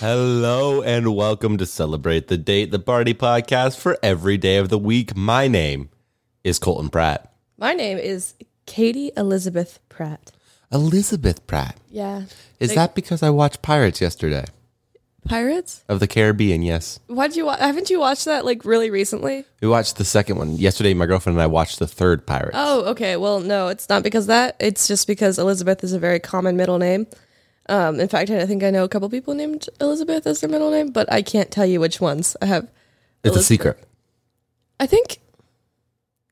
Hello and welcome to Celebrate the Date, the party podcast for every day of the week. My name is Colton Pratt. My name is Katie Elizabeth Pratt. Elizabeth Pratt. Yeah. Is that because I watched Pirates yesterday Pirates? of the Caribbean? Yes. Why'd you wa- haven't you watched that like really recently? We watched the second one. Yesterday, my girlfriend and I watched the third Pirates. Oh, okay. Well, no, it's not because of that. It's just because Elizabeth is a very common middle name. Um, in fact, I think I know a couple people named Elizabeth as their middle name, but I can't tell you which ones. I have it's a Elizabeth. secret. I think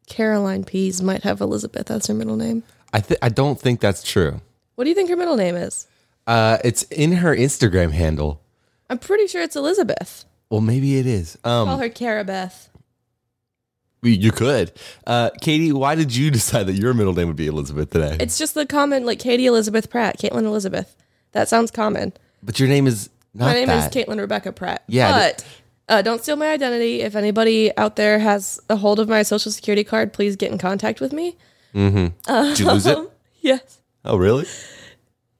Caroline Pease might have Elizabeth as her middle name. I, th- I don't think that's true. What do you think her middle name is? Uh, it's in her Instagram handle. I'm pretty sure it's Elizabeth. Well, maybe it is. Um, Call her Carabeth. you could. Uh, Katie, why did you decide that your middle name would be Elizabeth today? It's just the common like Katie Elizabeth Pratt, Caitlin Elizabeth. That sounds common. but your name is not My name that. is Caitlin Rebecca Pratt. Yeah, But uh, don't steal my identity. If anybody out there has a hold of my social security card, please get in contact with me. Did you lose it? Yes. Oh, really?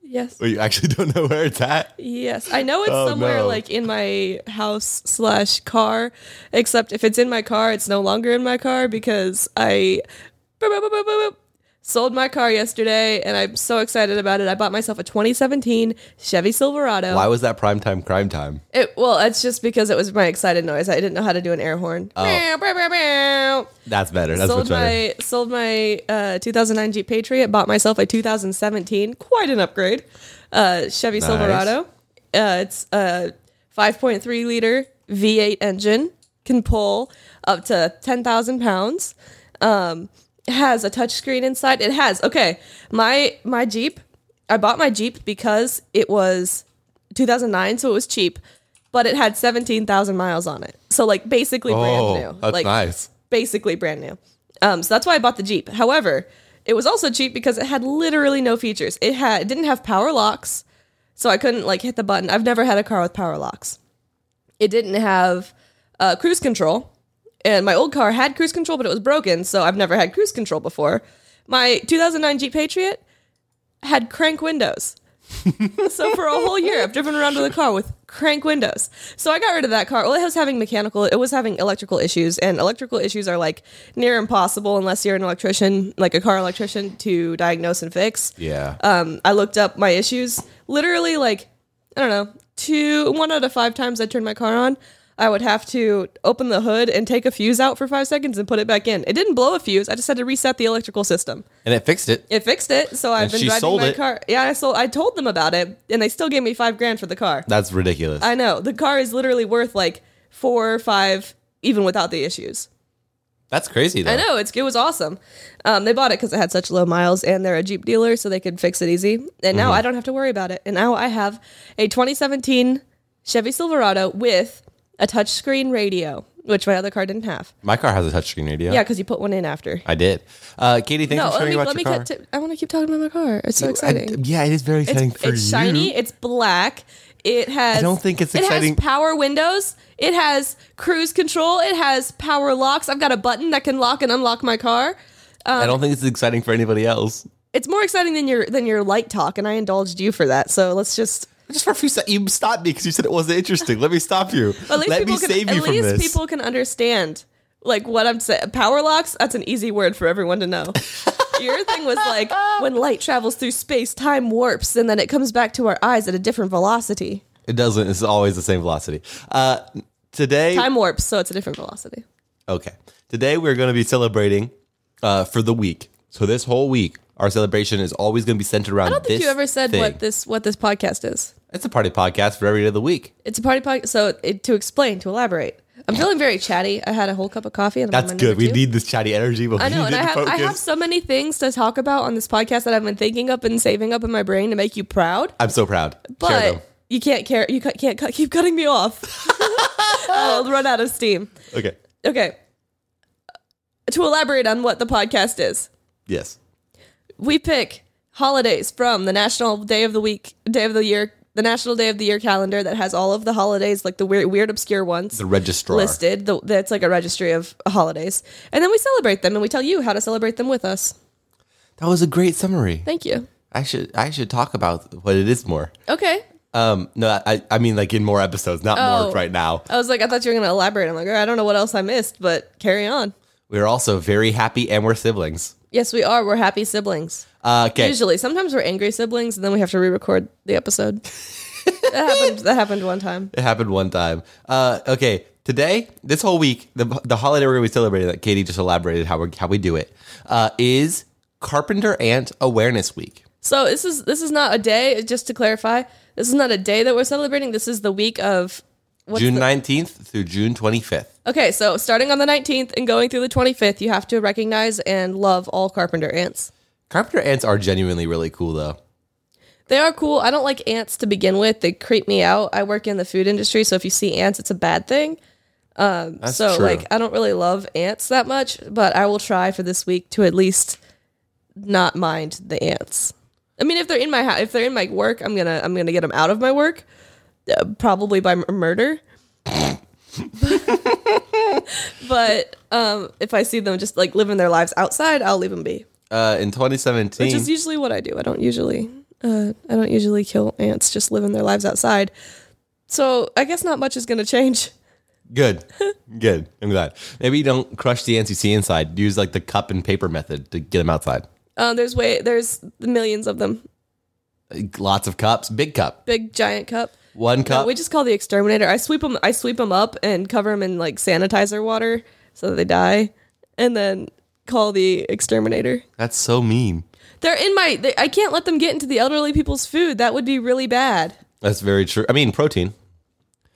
Yes. Well, you actually don't know where it's at? Yes. I know it's Oh, somewhere no. like in my house slash car, except if it's in my car, it's no longer in my car because I boop, boop, boop, boop, boop, sold my car yesterday and I'm so excited about it. I bought myself a 2017 Chevy Silverado. Why was that primetime crime time? It, well, it's just because it was my excited noise. I didn't know how to do an air horn. Meow, meow, meow, meow. That's better. Oh. That's much sold better. my sold my uh, 2009 Jeep Patriot. Bought myself a 2017, quite an upgrade, uh, Chevy Nice. Silverado. Uh, it's a 5.3 liter V8 engine, can pull up to 10,000 pounds. Um, has a touchscreen inside. It has okay. My my Jeep. I bought my Jeep because it was 2009, so it was cheap, but it had 17,000 miles on it. So like basically brand oh, new. that's like, nice. basically brand new. Um, so that's why I bought the Jeep. However, it was also cheap because it had literally no features. It had it didn't have power locks, so I couldn't like hit the button. I've never had a car with power locks. It didn't have uh, cruise control, and my old car had cruise control, but it was broken, so I've never had cruise control before. My 2009 Jeep Patriot had crank windows. so for a whole year, I've driven around with a car with crank windows. So I got rid of that car. Well, it was having mechanical, it was having electrical issues, and electrical issues are like near impossible unless you're an electrician, like a car electrician, to diagnose and fix. Yeah. Um, I looked up my issues. Literally, like I don't know, two, one out of five times I turned my car on, I would have to open the hood and take a fuse out for five seconds and put it back in. It didn't blow a fuse. I just had to reset the electrical system and it fixed it. it fixed it. So I've And been she driving sold my it. car. Yeah, I sold. I told them about it, and they still gave me five grand for the car. That's ridiculous. I know the car is literally worth like four or five, even without the issues. that's crazy, though. I know it's it was awesome. Um, they bought it because it had such low miles, and they're a Jeep dealer, so they could fix it easy. And Mm-hmm. now I don't have to worry about it. And now I have a 2017 Chevy Silverado with a touchscreen radio, which my other car didn't have. My car has a touchscreen radio. Yeah, because you put one in after. I did. Uh, Katie, thanks No, for let sharing me about let me your car. cut. To, I want to keep talking about my car. It's so exciting. I- yeah, it is very exciting It's, for it's you. shiny. It's black. It has. I don't think it's exciting- It has power windows. It has cruise control. It has power locks. I've got a button that can lock and unlock my car. I um, don't think it's exciting for anybody else. It's more exciting than your than your light talk, and I indulged you for that. So let's just. Just for a few seconds, you stopped me because you said it wasn't interesting. Let me stop you. At least Let people me can, save at you from least this. people can understand like what I'm saying. Power locks. That's an easy word for everyone to know. Your thing was like when light travels through space, time warps, and then it comes back to our eyes at a different velocity. It doesn't. It's always the same velocity. Uh, today, Time warps, so it's a different velocity. Okay. Today we're going to be celebrating uh, for the week. So this whole week, our celebration is always going to be centered around. I don't think this you ever said thing. what this what this podcast is. It's a party podcast for every day of the week. It's a party podcast. So it, to explain, to elaborate, I'm feeling very chatty. I had a whole cup of coffee, and I'm That's on my good. number We two. need this chatty energy, but I we know, need and I have focus. I have so many things to talk about on this podcast that I've been thinking up and saving up in my brain to make you proud, I'm so proud. Share them. but you can't care. You cu- can't cut, keep cutting me off. I'll run out of steam. okay. Okay. To elaborate on what the podcast is, Yes. we pick holidays from the national day of the week day of the year the national day of the year calendar that has all of the holidays like the weird weird obscure ones The registrar. listed the, that's like a registry of holidays and then we celebrate them and we tell you how to celebrate them with us That was a great summary. thank you I should I should talk about what it is more. okay Um, no, I, I mean like in more episodes, not Oh. more right now. I was like, I thought you were going to elaborate. I'm like, all right, I don't know what else I missed, but carry on. We are also very happy and we're siblings. Yes, we are. We're happy siblings. Uh, okay. Usually, sometimes we're angry siblings, and then we have to re-record the episode. that happened. That happened one time. It happened one time. Uh, okay, today, this whole week, the the holiday we're gonna be celebrating that Katie just elaborated how we how we do it uh, is Carpenter Ant Awareness Week. So this is this is not a day. Just to clarify, this is not a day that we're celebrating. This is the week of. What's June the- nineteenth through June twenty fifth. Okay, so starting on the 19th and going through the 25th, you have to recognize and love all carpenter ants. Carpenter ants are genuinely really cool though. They are cool. I don't like ants to begin with. They creep me out. I work in the food industry, so if you see ants, it's a bad thing. Um, so true. like I don't really love ants that much, but I will try for this week to at least not mind the ants. I mean, if they're in my house, if they're in my work, I'm gonna I'm gonna get them out of my work, uh, probably by m- murder. but um, if I see them just like living their lives outside, I'll leave them be Uh, in twenty seventeen, which is usually what I do. I don't usually, uh, I don't usually kill ants. Just living their lives outside. So I guess not much is going to change. good, good. I'm glad. Maybe you don't crush the ants you see inside. Use like the cup and paper method to get them outside. Uh, there's way there's millions of them. Lots of cups, big cup, Big giant cup. one No, cup. we just call the exterminator. I sweep them. I sweep them up and cover them in like sanitizer water so that they die, and then call the exterminator. That's so mean. They're in my. They, I can't let them get into the elderly people's food. That would be really bad. That's very true. I mean, protein.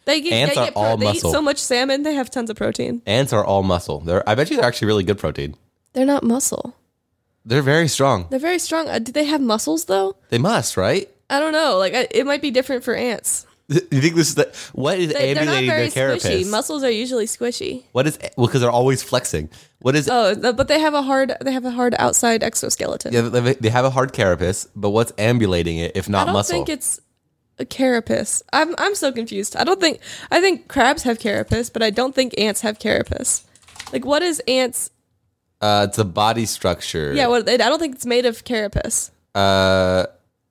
They get, Ants they, are get pro- all they eat muscle. so much salmon. They have tons of protein. Ants are all muscle. They're, I bet you they're actually really good protein. They're not muscle. They're very strong. They're very strong. Uh, do they have muscles though? They must, right? I don't know. Like I, it might be different for ants. You think this is the, what is They, are not ambulating very their squishy. carapace? Muscles are usually squishy. what is well because they're always flexing. What is Oh, th- but they have a hard they have a hard outside exoskeleton. yeah, they they have a hard carapace, but what's ambulating it if I not don't muscle? think it's a carapace. I'm I'm so confused. I don't think I think crabs have carapace, but I don't think ants have carapace. Like what is ants? uh, it's a body structure. Yeah, well, I don't think it's made of carapace. Uh,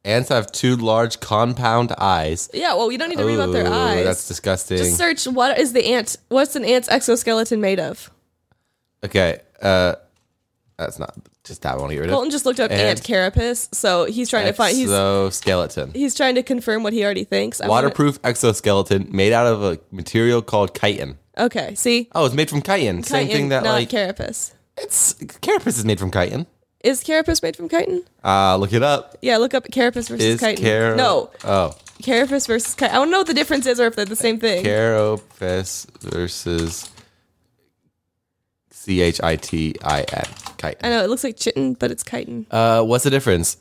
ants have two large compound eyes. Yeah, well, you don't need to read about their Ooh, eyes. That's disgusting. Just search what is the ant? What's an ant's exoskeleton made of? okay. Uh, that's not just that one. Get rid of. Colton just looked up Ant. ant carapace, so he's trying to find. He's Exoskeleton. he's trying to confirm what he already thinks. I wanna- Waterproof exoskeleton made out of a material called chitin. okay, see, Oh, it's made from chitin. Same Chitin, thing that not like carapace. it's carapace is made from chitin. Is carapace made from chitin? Uh look it up. Yeah, look up carapace versus Is chitin. car no, Oh, carapace versus chitin. I don't know what the difference is or if they're the same thing. carapace versus C H I T I N I chitin. know it looks like chitin, but it's chitin. Uh, what's the difference?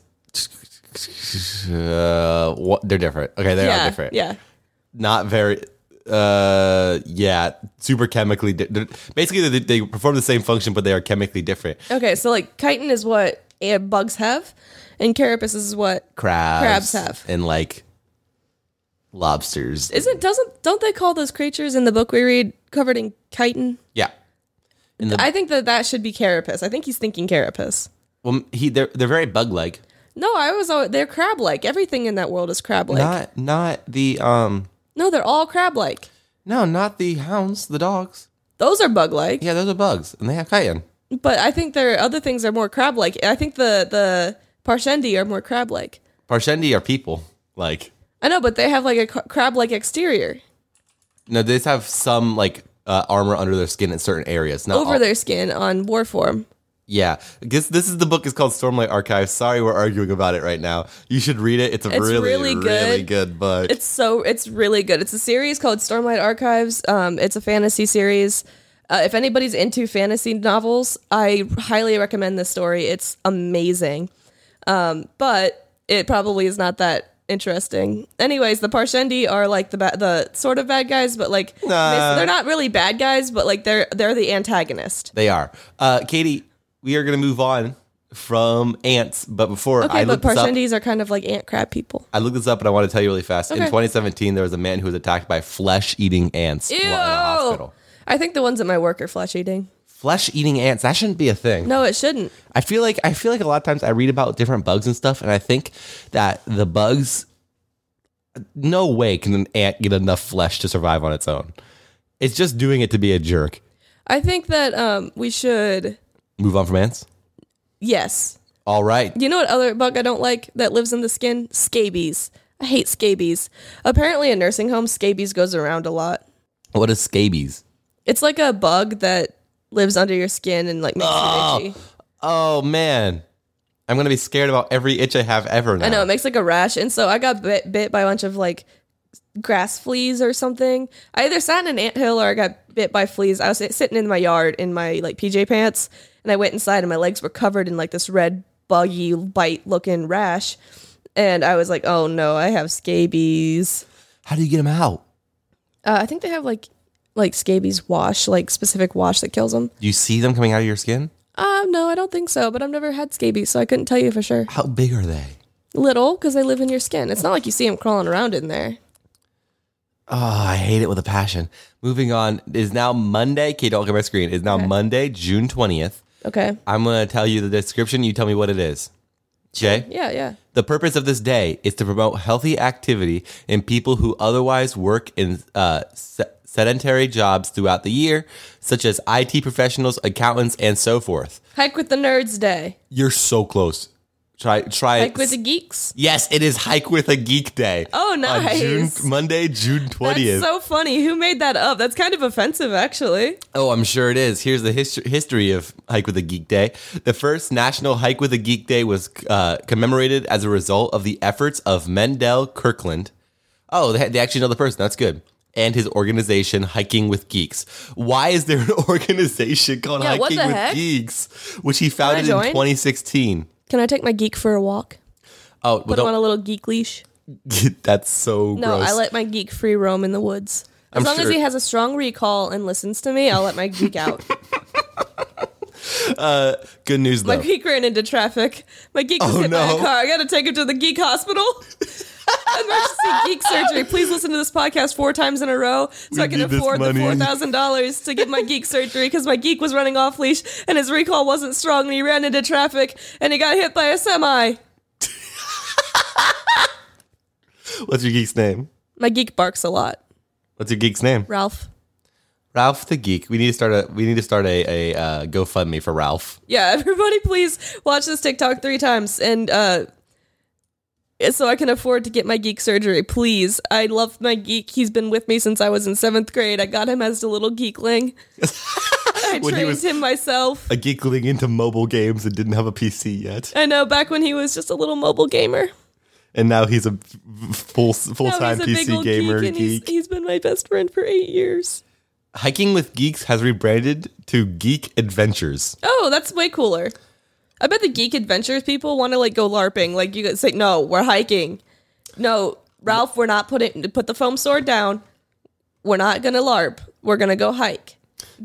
Uh, what they're different. Okay, they yeah, are different. yeah. not very uh yeah super chemically di- they're- basically they, they perform the same function but they are chemically different Okay, so like chitin is what eh, bugs have, and carapace is what crabs Crabs have. and like lobsters isn't. Doesn't don't they call those creatures in the book we read covered in chitin? yeah in the I think that that should be carapace. I think he's thinking carapace. well he they're, they're very bug like No, I was always they're crab like. Everything in that world is crab like. not not the um no, they're all crab like. no not the hounds the dogs Those are bug like. yeah those are bugs and they have cayenne But I think there are other things that are more crab like. I think the the Parshendi are more crab like. parshendi are people like I know, but they have like a crab like exterior no they just have some like uh, armor under their skin in certain areas not over all- their skin on warform. Yeah, this this is the book is called Stormlight Archive. Sorry, we're arguing about it right now. You should read it. It's a It's really, really really good. good, book. It's so it's really good. It's a series called Stormlight Archives. Um, it's a fantasy series. Uh, if anybody's into fantasy novels, I highly recommend this story. It's amazing, um, but it probably is not that interesting. Anyways, the Parshendi are like the ba- the sort of bad guys, but like Nah. they're not really bad guys, but like they're they're the antagonist. they are. Uh, Katie, we are going to move on from ants, but before Okay, I but look this up, Parshundis are kind of like ant crab people. I looked this up, and I want to tell you really fast. In Okay. 2017, there was a man who was attacked by flesh-eating ants while in the hospital. I think the ones at my work are flesh eating. Flesh-eating ants that shouldn't be a thing. No, it shouldn't. I feel like I feel like a lot of times I read about different bugs and stuff, and I think that the bugs no way can an ant get enough flesh to survive on its own. It's just doing it to be a jerk. I think that um, we should. Move on from ants. Yes. All right. You know what other bug I don't like that lives in the skin? Scabies. I hate scabies. Apparently, in nursing homes, scabies goes around a lot. What is scabies? It's like a bug that lives under your skin and like makes you itchy. Oh man, I'm gonna be scared about every itch I have ever now. I know it makes like a rash, and so I got bit bit by a bunch of like grass fleas or something. I either sat in an anthill or I got bit by fleas. I was sit- sitting in my yard in my like PJ pants, and I went inside, and my legs were covered in like this red buggy bite looking rash, and I was like, oh no, I have scabies. How do you get them out? Uh, I think they have like like scabies wash, like specific wash that kills them. Do you see them coming out of your skin? Um, no, I don't think so, but I've never had scabies, so I couldn't tell you for sure. How big are they? Little, because they live in your skin. It's not like you see them crawling around in there. Oh, I hate it with a passion. Moving on it is now Monday. Kate, don't look at my screen. Is now Monday, June twentieth. Okay. I'm gonna tell you the description. You tell me what it is. Okay. Yeah, yeah. The purpose of this day is to promote healthy activity in people who otherwise work in uh, se- sedentary jobs throughout the year, such as IT professionals, accountants, and so forth. Hike with the Nerds Day. You're so close. Try, try. Hike with the Geeks. yes, it is hike with a geek day. Oh, on nice. June, Monday, June That's twentieth. so funny. Who made that up? That's kind of offensive, actually. Oh, I'm sure it is. Here's the history history of Hike with a Geek Day. The first National Hike with a Geek Day was uh, commemorated as a result of the efforts of Mendel Kirkland. Oh, they, they actually know the person. That's good. And his organization, Hiking with Geeks. Why is there an organization called Yeah, what Hiking the with heck? Geeks, which he founded in join? 2016? Can I take my geek for a walk? Oh, Put well, him on don't, a little geek leash. that's so No, gross. I let my geek free roam in the woods. As I'm long as sure- he has a strong recall and listens to me, I'll let my geek out. good news though. My geek ran into traffic. My geek was Oh, hit by no. a car. I gotta take him to the geek hospital. Emergency geek surgery. Please listen to this podcast four times in a row so I can need this afford the money. four thousand dollars to get my geek surgery because my geek was running off leash and his recall wasn't strong and he ran into traffic and he got hit by a semi. What's your geek's name? My geek barks a lot. What's your geek's name? Ralph. Ralph the Geek. We need to start a we need to start a, a uh, GoFundMe for Ralph. Yeah, everybody, please watch this TikTok three times and uh, so I can afford to get my geek surgery. Please, I love my geek. He's been with me since I was in seventh grade. I got him as a little geekling. I When he trained was- him myself. A geekling into mobile games and didn't have a PC yet, I know back when he was just a little mobile gamer. and now he's a f- f- full full Now time he's a big PC old gamer geek, and he's- geek. he's been my best friend for eight years. Hiking with Geeks has rebranded to Geek Adventures. Oh, that's way cooler. I bet the geek adventures people want to like go larping. Like you guys say, no, we're hiking. No, Ralph, we're not putting put the foam sword down. We're not gonna larp. We're gonna go hike.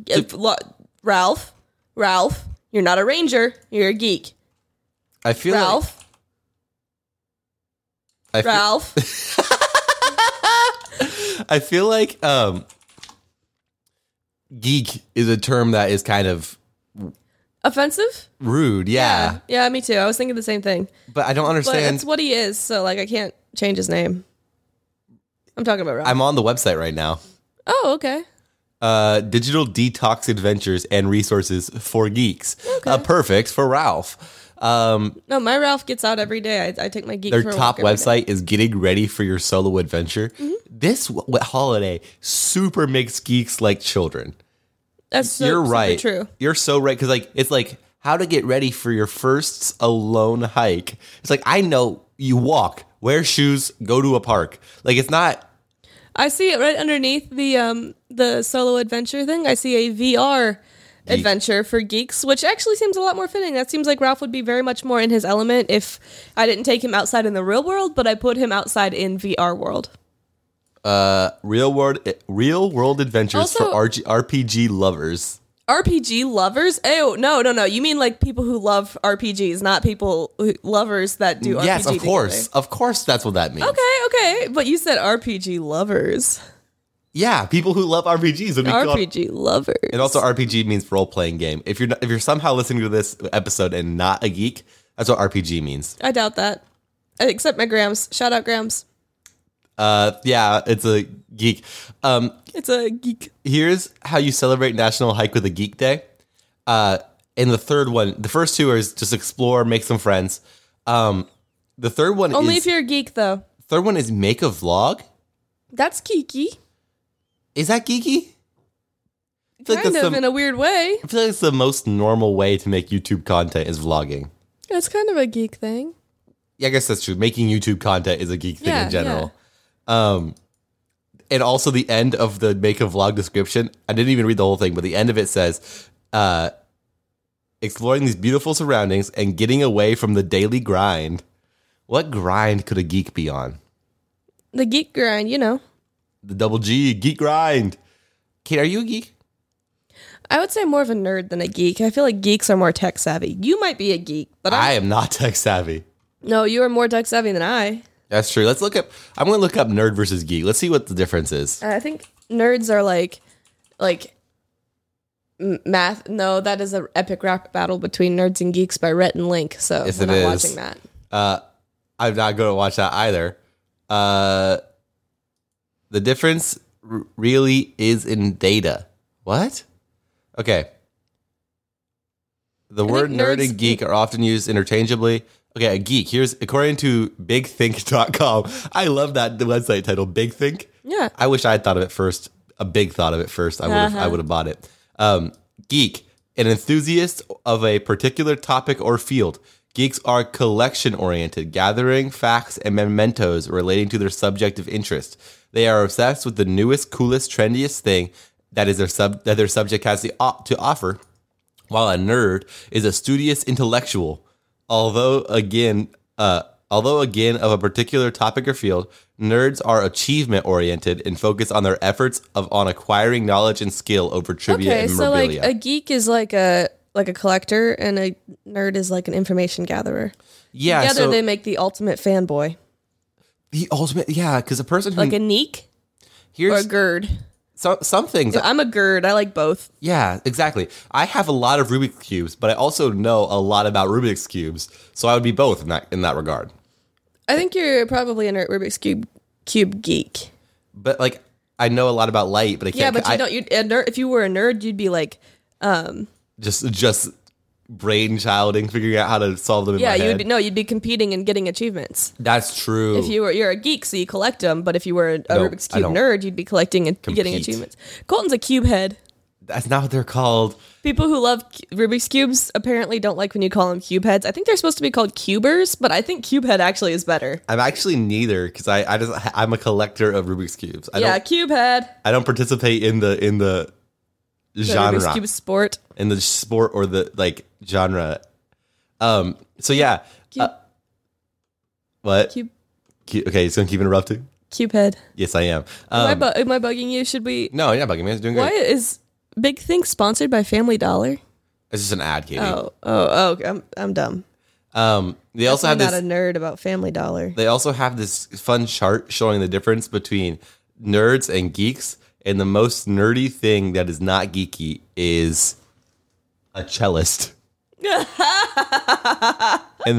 If- lo- Ralph, Ralph, you're not a ranger. You're a geek. I feel Ralph, like I feel, Ralph. I feel like um, geek is a term that is kind of Offensive? rude. Yeah, yeah, me too. I was thinking the same thing. but I don't But understand. that's what he is. So like, I can't change his name. I'm talking about Ralph. I'm on the website right now. oh, okay. uh, digital detox adventures and resources for geeks. Uh, perfect for Ralph. Um, No, my Ralph gets out every day. I, I take my geek. their for a top walk every day. website is getting ready for your solo adventure. Mm-hmm. This w- w- holiday super makes geeks like children. That's so, You're super right. True. You're so right because like it's like how to get ready for your first alone hike. It's like I know you walk, wear shoes, go to a park. Like it's not. I see it right underneath the um the solo adventure thing. I see a VR adventure for geeks, which actually seems a lot more fitting. That seems like Ralph would be very much more in his element if I didn't take him outside in the real world, but I put him outside in VR world. Real world, eh, real world adventures Also- for RG, RPG lovers. RPG lovers? Oh no, no, no! You mean like people who love RPGs, not people who, lovers that do. Mm, Yes, RPG of course. together. Of course, that's what that means. Okay, okay, but you said RPG lovers. Yeah, people who love RPGs would be called. RPG lovers. And also, RPG means role playing game. If you're not, if you're somehow listening to this episode and not a geek, that's what RPG means. I doubt that. Except my Grams. Shout out Grams. Uh, yeah, it's a geek. Um, It's a geek. here's how you celebrate National Hike with a Geek Day. Uh, and the third one, the first two are just explore, make some friends. Um, the third one Only is if you're a geek, though. third one is make a vlog. That's geeky. Is that geeky? I feel like, Kind that's of the, in a weird way. I feel like it's the most normal way to make YouTube content is vlogging. That's kind of a geek thing. Yeah, I guess that's true. Making YouTube content is a geek thing Yeah, in general. Um, and also the end of the make a vlog description. I didn't even read the whole thing, but the end of it says, uh, exploring these beautiful surroundings and getting away from the daily grind. What grind could a geek be on? The geek grind, you know. The double G geek grind. Kate, are you a geek? I would say more of a nerd than a geek. I feel like geeks are more tech savvy. You might be a geek, but I I am not tech savvy. no, you are more tech savvy than I. That's true. Let's look up. I'm going to look up nerd versus geek. Let's see what the difference is. I think nerds are like, like m- math. No, that is an epic rap battle between nerds and geeks by Rhett and Link. So Yes, it we're not is. watching that. I'm Uh, not going to watch that either. Uh, the difference r- really is in data. What? Okay. The word think nerd nerds- e- and geek are often used interchangeably. Okay, a geek. Here's according to bigthink.com. I love that website title, Big Think. Yeah, I wish I had thought of it first. A big thought of it first. I would have. I would have bought it. Um, geek, an enthusiast of a particular topic or field. Geeks are collection oriented, gathering facts and mementos relating to their subject of interest. They are obsessed with the newest, coolest, trendiest thing that is their sub that their subject has the op- to offer. While a nerd is a studious intellectual, although again, uh, although again of a particular topic or field, nerds are achievement oriented and focus on their efforts of on acquiring knowledge and skill over trivia Okay, and so like uh, memorabilia. a geek is like a like a collector, and a nerd is like an information gatherer. yeah, Together, so they make the ultimate fanboy, the ultimate, yeah, because a person who like a neek or a Hmm. here's gerd. so, some things. I'm a gerd. I like both. Yeah, exactly. I have a lot of Rubik's cubes, but I also know a lot about Rubik's cubes, so I would be both in that in that regard. I think you're probably a nerd Rubik's cube cube geek. But like, I know a lot about light, but I can't. Yeah, but you I- don't. You a nerd. If you were a nerd, you'd be like, just just brain childing, figuring out how to solve them. In yeah, my you would head. be no, you'd be competing and getting achievements. That's true. If you were you're a geek, so you collect them. But if you were a, a No, Rubik's I don't. cube nerd, you'd be collecting and getting Compete. achievements. Colton's a cube head. That's not what they're called. People who love cu- Rubik's cubes apparently don't like when you call them cube heads. I think they're supposed to be called cubers, but I think cube head actually is better. I'm actually neither because I, I just I'm a collector of Rubik's cubes. I yeah, don't cube head. I don't participate in the in the The genre Rubik's cube sport. in the sport or the like genre. Um. So yeah. uh, Cube, What? cube, Cu- Okay, it's gonna keep interrupting. cube head. Yes, I am. Am, I Um, bu- am I bugging you? Should we? no, you're not bugging me. It's doing Why great. is Big Thing sponsored by Family Dollar? It's just an ad, Katie. Oh, oh, oh! I'm I'm dumb. Um. They also I'm have not this. a nerd about Family Dollar. they also have this fun chart showing the difference between nerds and geeks. And the most nerdy thing that is not geeky is a cellist. and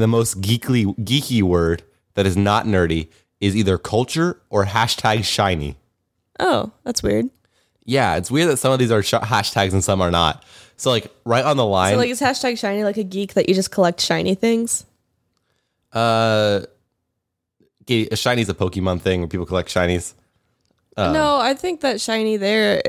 the most geekly geeky word that is not nerdy is either culture or hashtag shiny. Oh, that's weird. Yeah, it's weird that some of these are sh- hashtags and some are not. So like right on the line, So like, is hashtag shiny like a geek that you just collect shiny things? uh, Katie, a shiny is a Pokemon thing where people collect shinies. Uh. no, I think that shiny there.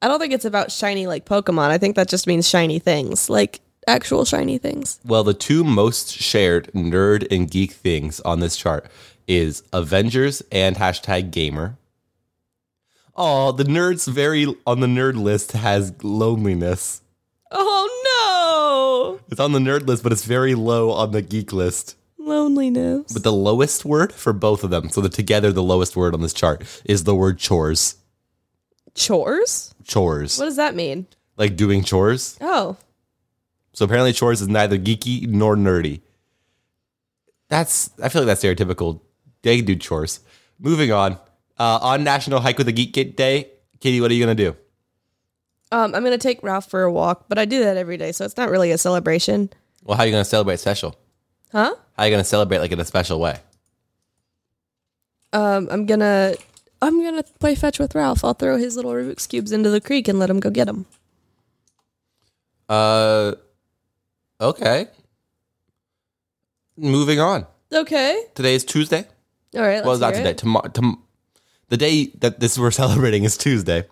I don't think it's about shiny like Pokemon. I think that just means shiny things, like actual shiny things. Well, the two most shared nerd and geek things on this chart is Avengers and hashtag gamer. Oh, the nerds very on the nerd list has loneliness. Oh It's on the nerd list, but it's very low on the geek list. no, loneliness. But the lowest word for both of them, so that together the lowest word on this chart is the word chores. Chores? Chores. What does that mean? Like doing chores. Oh, So apparently chores is neither geeky nor nerdy. That's I feel like that's stereotypical. They do chores. Moving on. Uh, on National Hike with a Geek Kid Day, Katie, what are you gonna do? um, I'm gonna take Ralph for a walk, but I do that every day, so it's not really a celebration, Well, how are you gonna celebrate special? huh? How are you gonna celebrate like in a special way? Um, I'm gonna I'm gonna play fetch with Ralph. I'll throw his little Rubik's cubes into the creek and let him go get them. Uh, okay. Moving on. Okay. Today is Tuesday. All right. Well, let's not hear today. it. Tomorrow, tom- the day that this we're celebrating is Tuesday,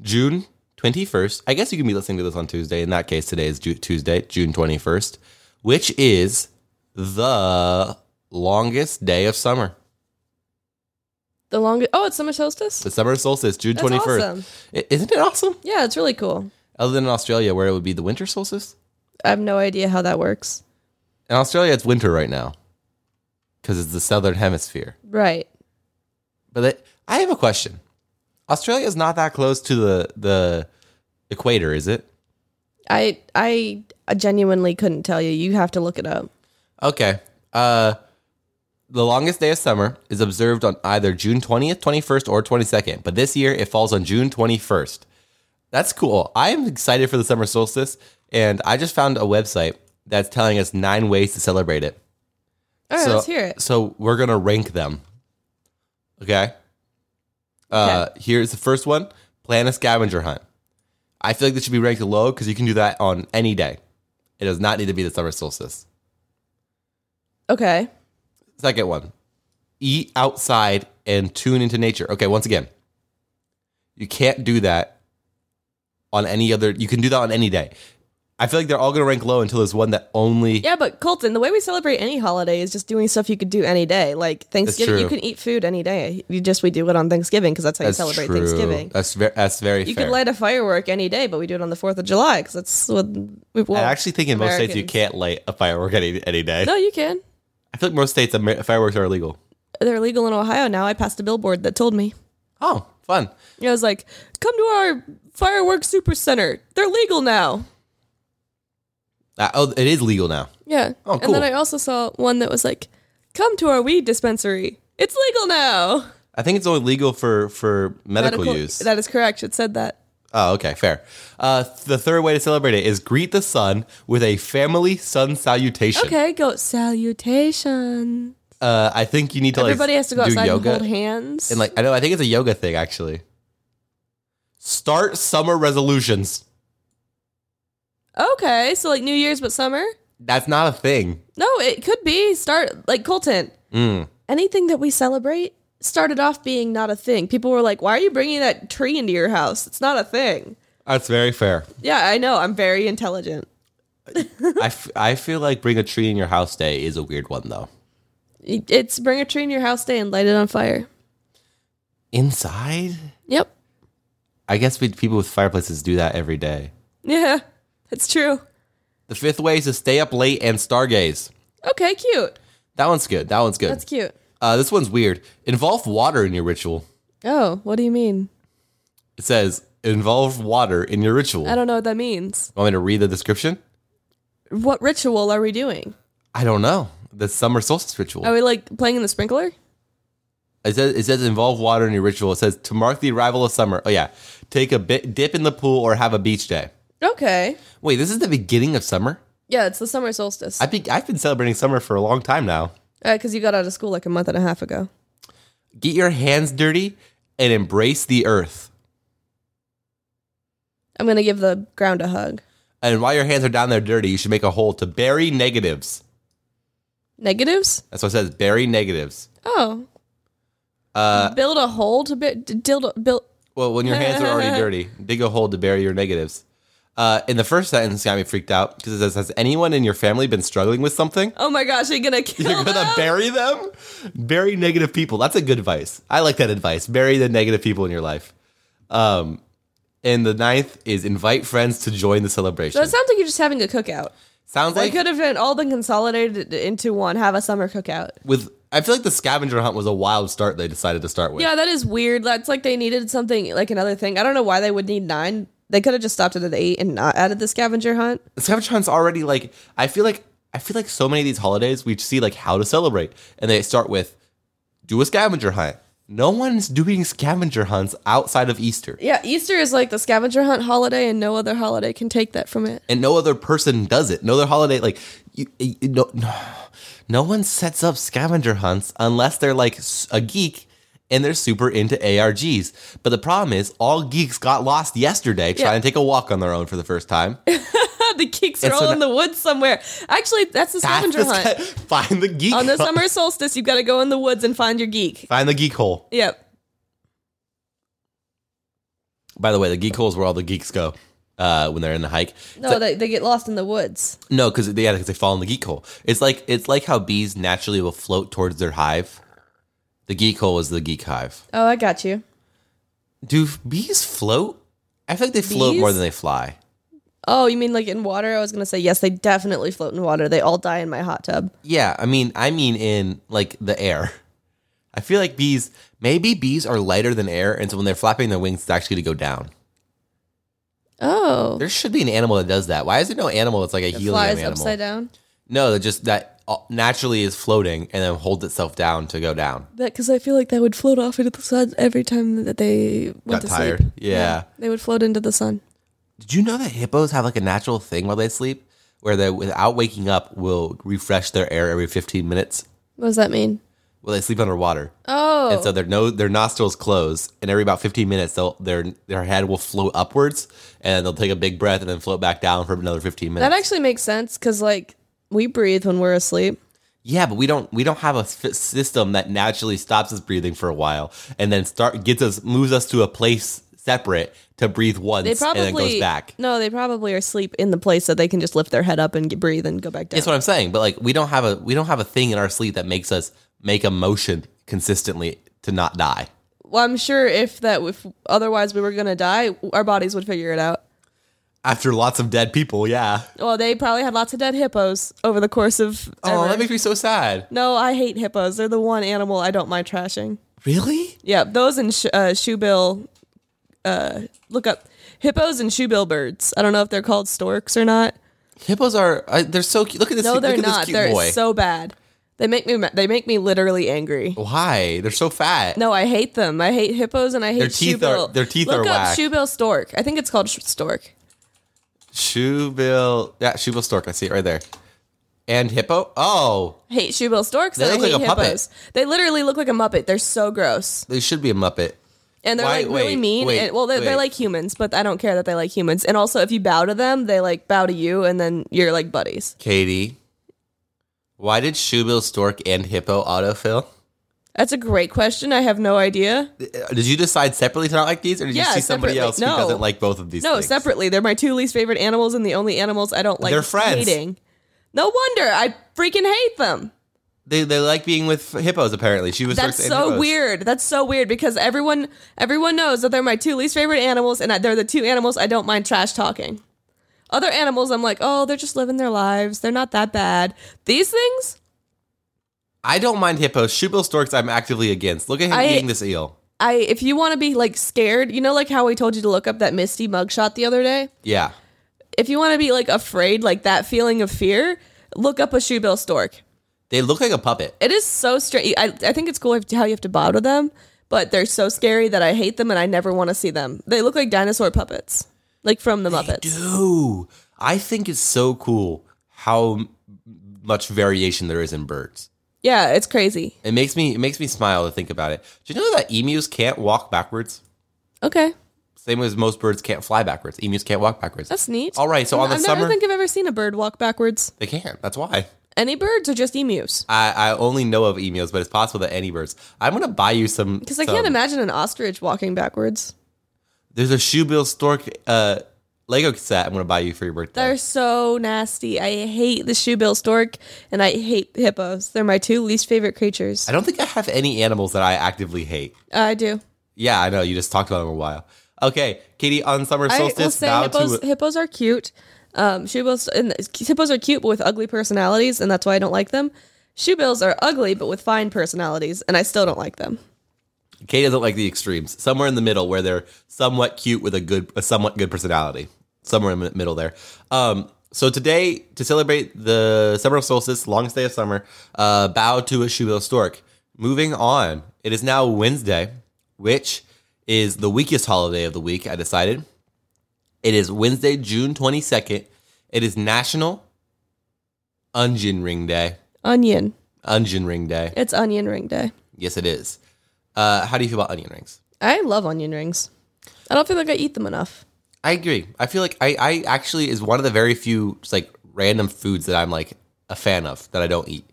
June twenty first. I guess you can be listening to this on Tuesday. In that case, today is Ju- Tuesday, June twenty first, which is the longest day of summer. The longest. Oh, it's summer solstice. The summer solstice, June That's twenty first. awesome. Isn't it awesome? Yeah, it's really cool. Other than in Australia, where it would be the winter solstice. I have no idea how that works. In Australia, it's winter right now because it's the southern hemisphere. Right. But that, I have a question. Australia is not that close to the the equator, is it? I I genuinely couldn't tell you. You have to look it up. Okay. Uh, the longest day of summer is observed on either June 20th, 21st, or 22nd, but this year it falls on June 21st. That's cool. I am excited for the summer solstice, and I just found a website that's telling us nine ways to celebrate it. All right, so, let's hear it. So we're gonna rank them. Okay. Uh, Here's the first one: plan a scavenger hunt. I feel like this should be ranked low because you can do that on any day. It does not need to be the summer solstice. Okay. Second one: eat outside and tune into nature. Okay, once again, you can't do that on any other. You can do that on any day. I feel like they're all gonna rank low until there's one that only Yeah, but Colton, the way we celebrate any holiday is just doing stuff you could do any day. Like Thanksgiving, you true. can eat food any day. You just we do it on Thanksgiving because that's how that's you celebrate true. Thanksgiving. That's very that's very You fair. could light a firework any day, but we do it on the Fourth of July because that's what we want. I actually think in most states you can't light a firework any any day. No, you can. I feel like most states Amer- fireworks are illegal. They're legal in Ohio now. I passed a billboard that told me. Oh, fun! I was like, "Come to our fireworks super center. They're legal now." Uh, oh, it is legal now. Yeah. Oh, And then cool. I also saw one that was like, "Come to our weed dispensary. It's legal now." I think it's only legal for for medical, use. That is correct. It said that. oh, okay, fair. Uh, the third way to celebrate it is greet the sun with a family sun salutation. Okay, go salutation. Uh, I think you need to like Everybody has to go do outside yoga and hold hands. and, like I know I think it's a yoga thing actually. Start summer resolutions. okay, so like New Year's but summer? That's not a thing. No, it could be start like Colton. Mm. Anything that we celebrate started off being not a thing. People were like, "Why are you bringing that tree into your house? It's not a thing." That's very fair. Yeah, I know. I'm very intelligent. I, f- I feel like bring a tree in your house day is a weird one though. It's bring a tree in your house day and light it on fire. Inside, Yep. I guess we people with fireplaces do that every day. Yeah, that's true. The fifth way is to stay up late and stargaze. Okay, cute. That one's good. That one's That's good. cute. Uh, this one's weird. Involve water in your ritual. Oh, what do you mean? It says involve water in your ritual. I don't know what that means. Want me to read the description? What ritual are we doing? I don't know. The summer solstice ritual. Are we like playing in the sprinkler? It says it says involve water in your ritual. It says to mark the arrival of summer. Oh yeah, take a bit dip in the pool or have a beach day. Okay. Wait, this is the beginning of summer. Yeah, it's the summer solstice. I've been, I've been celebrating summer for a long time now. Because you got out of school like a month and a half ago. Get your hands dirty and embrace the earth. I'm going to give the ground a hug. And while your hands are down there dirty, you should make a hole to bury negatives. Negatives? That's what it says. Bury negatives. Oh. Uh, build a hole to bit. Dildo, build. well, when your hands are already dirty, dig a hole to bury your negatives. Uh, in the first sentence, got me freaked out because it says, "Has anyone in your family been struggling with something? Oh my gosh, are you going to kill You're gonna them? bury them. Bury negative people. That's a good advice. I like that advice. Bury the negative people in your life." Um, and the ninth is invite friends to join the celebration. so it sounds like you're just having a cookout. Sounds They like could have been all been consolidated into one. Have a summer cookout. with. I feel like the scavenger hunt was a wild start they decided to start with. Yeah, that is weird. That's like they needed something, like another thing. I don't know why they would need nine. They could have just stopped it at eight and not added the scavenger hunt. The scavenger hunt's already like I feel like I feel like so many of these holidays we see like how to celebrate, and they start with do a scavenger hunt. No one's doing scavenger hunts outside of Easter, Yeah, Easter is like the scavenger hunt holiday, and no other holiday can take that from it. and no other person does it. No other holiday like you, you no no no one sets up scavenger hunts unless they're like s- a geek and they're super into ARGs. But the problem is, all geeks got lost yesterday trying to take a walk on their own for the first time. the geeks are And all so in the woods somewhere. Actually, that's the scavenger That's- hunt. find the geek. On the hole. summer solstice, you've got to go in the woods and find your geek. Find the geek hole. Yep. By the way, the geek hole is where all the geeks go uh, when they're in the hike. No, they, they get lost in the woods. No, because they yeah, 'cause they fall in the geek hole. It's like it's like how bees naturally will float towards their hive. The geek hole is the geek hive. Oh, I got you. Do bees float? I feel like they float Bees? more than they fly. Oh, you mean like in water? I was gonna say yes. They definitely float in water. They all die in my hot tub. Yeah, I mean, I mean in like the air. I feel like bees. Maybe bees are lighter than air, and so when they're flapping their wings, it's actually to go down. Oh, There should be an animal that does that. Why is there no animal that's like a helium flies animal? upside down. No, that just that uh, naturally is floating and then holds itself down to go down. That because I feel like that would float off into the sun every time that they went Got tired. yeah. They would float into the sun. Did you know that hippos have like a natural thing while they sleep where they, without waking up, will refresh their air every 15 minutes? What does that mean? Well, they sleep underwater. Oh, And so their no, their nostrils close, and every about 15 minutes, they'll, their their head will float upwards, and they'll take a big breath and then float back down for another 15 minutes. that actually makes sense because like we breathe when we're asleep. yeah, but we don't we don't have a s- system that naturally stops us breathing for a while, and then start gets us moves us to a place separate to breathe once, They probably and then goes back. No, they probably are asleep in the place that they can just lift their head up and get, breathe and go back down. That's what I'm saying. But like we don't have a we don't have a thing in our sleep that makes us make a motion consistently to not die. well, I'm sure if that if otherwise we were gonna die, our bodies would figure it out. After lots of dead people, yeah. Well, they probably had lots of dead hippos over the course of. Oh, ever. that makes me so sad. no, I hate hippos. They're the one animal I don't mind trashing. Really? Yeah, those and sh- uh, shoebill. Uh, look up hippos and shoebill birds. I don't know if they're called storks or not. Hippos are uh, they're so cute. Look at this. No, look they're at not. This cute They're boy. so bad. They make me. ma- They make me literally angry. Why? They're so fat. No, I hate them. I hate hippos and I hate Their teeth are- shoebill. their teeth Look are up whack. shoebill stork. I think it's called sh- stork. Shoebill. Yeah, shoebill stork. I see it right there. And hippo. Oh, I hate shoebill storks. They and I look like hate a puppet. hippos. They literally look like a muppet. They're so gross. they should be a muppet. and they're Why- like really wait, mean. wait, and, well, they're, wait. they're like humans, but I don't care that they like humans. And also, if you bow to them, they like bow to you, and then you're like buddies. Katie, why did shoebill stork and hippo autofill? That's a great question. I have no idea. Uh, Did you decide separately to not like these, or did you Yeah, see somebody separately. else who No. doesn't like both of these? No, things? separately, they're my two least favorite animals, and the only animals I don't like. They're friends. Hating. No wonder I freaking hate them. They, they like being with hippos. Apparently, she was. That's first in so hippos. weird. That's so weird because everyone everyone knows that they're my two least favorite animals, and I, they're the two animals I don't mind trash talking. Other animals, I'm like, oh, they're just living their lives. They're not that bad. These things, I don't mind hippos. Shoebill storks, I'm actively against. Look at him I- eating this eel. I if you want to be like scared, you know, like how we told you to look up that Misty mugshot the other day. Yeah, If you want to be like afraid, like that feeling of fear, look up a shoebill stork. they look like a puppet. It is so strange. I, I think it's cool if- how you have to bow to them, but they're so scary that I hate them and I never want to see them. They look like dinosaur puppets, like from the Muppets. Dude, I think it's so cool how m- much variation there is in birds. Yeah, it's crazy. It makes me it makes me smile to think about it. Do you know that emus can't walk backwards? Okay, Same as most birds can't fly backwards. Emus can't walk backwards. that's neat. All right, so on the I summer- never think I've ever seen a bird walk backwards. they can't. That's why. Any birds or just emus? I, I only know of emus, but it's possible that any birds. I'm gonna buy you some Because I can't imagine an ostrich walking backwards. There's a shoebill stork uh, Lego set. I'm gonna buy you for your birthday. They're so nasty. I hate the shoebill stork and I hate hippos. They're my two least favorite creatures. I don't think I have any animals that I actively hate. I do. Yeah, I know. You just talked about them a while. Okay, Katie, on summer I will solstice, say bow hippos, to hippos are cute. Um, shoebills and hippos are cute but with ugly personalities, and that's why I don't like them. Shoebills are ugly but with fine personalities, and I still don't like them. Katie doesn't like the extremes. Somewhere in the middle, where they're somewhat cute with a good, a somewhat good personality. Somewhere in the middle there. Um, so today, to celebrate the summer solstice, longest day of summer, uh, bow to a shoebill stork. Moving on, it is now Wednesday, which is the weakest holiday of the week. I decided. It is Wednesday, June twenty second. It is National Onion Ring Day. Onion. Onion Ring Day. It's onion ring day. Yes, it is. Uh, how do you feel about onion rings? I love onion rings. I don't feel like I eat them enough. I agree. I feel like I, I actually is one of the very few just like random foods that I'm like a fan of that I don't eat.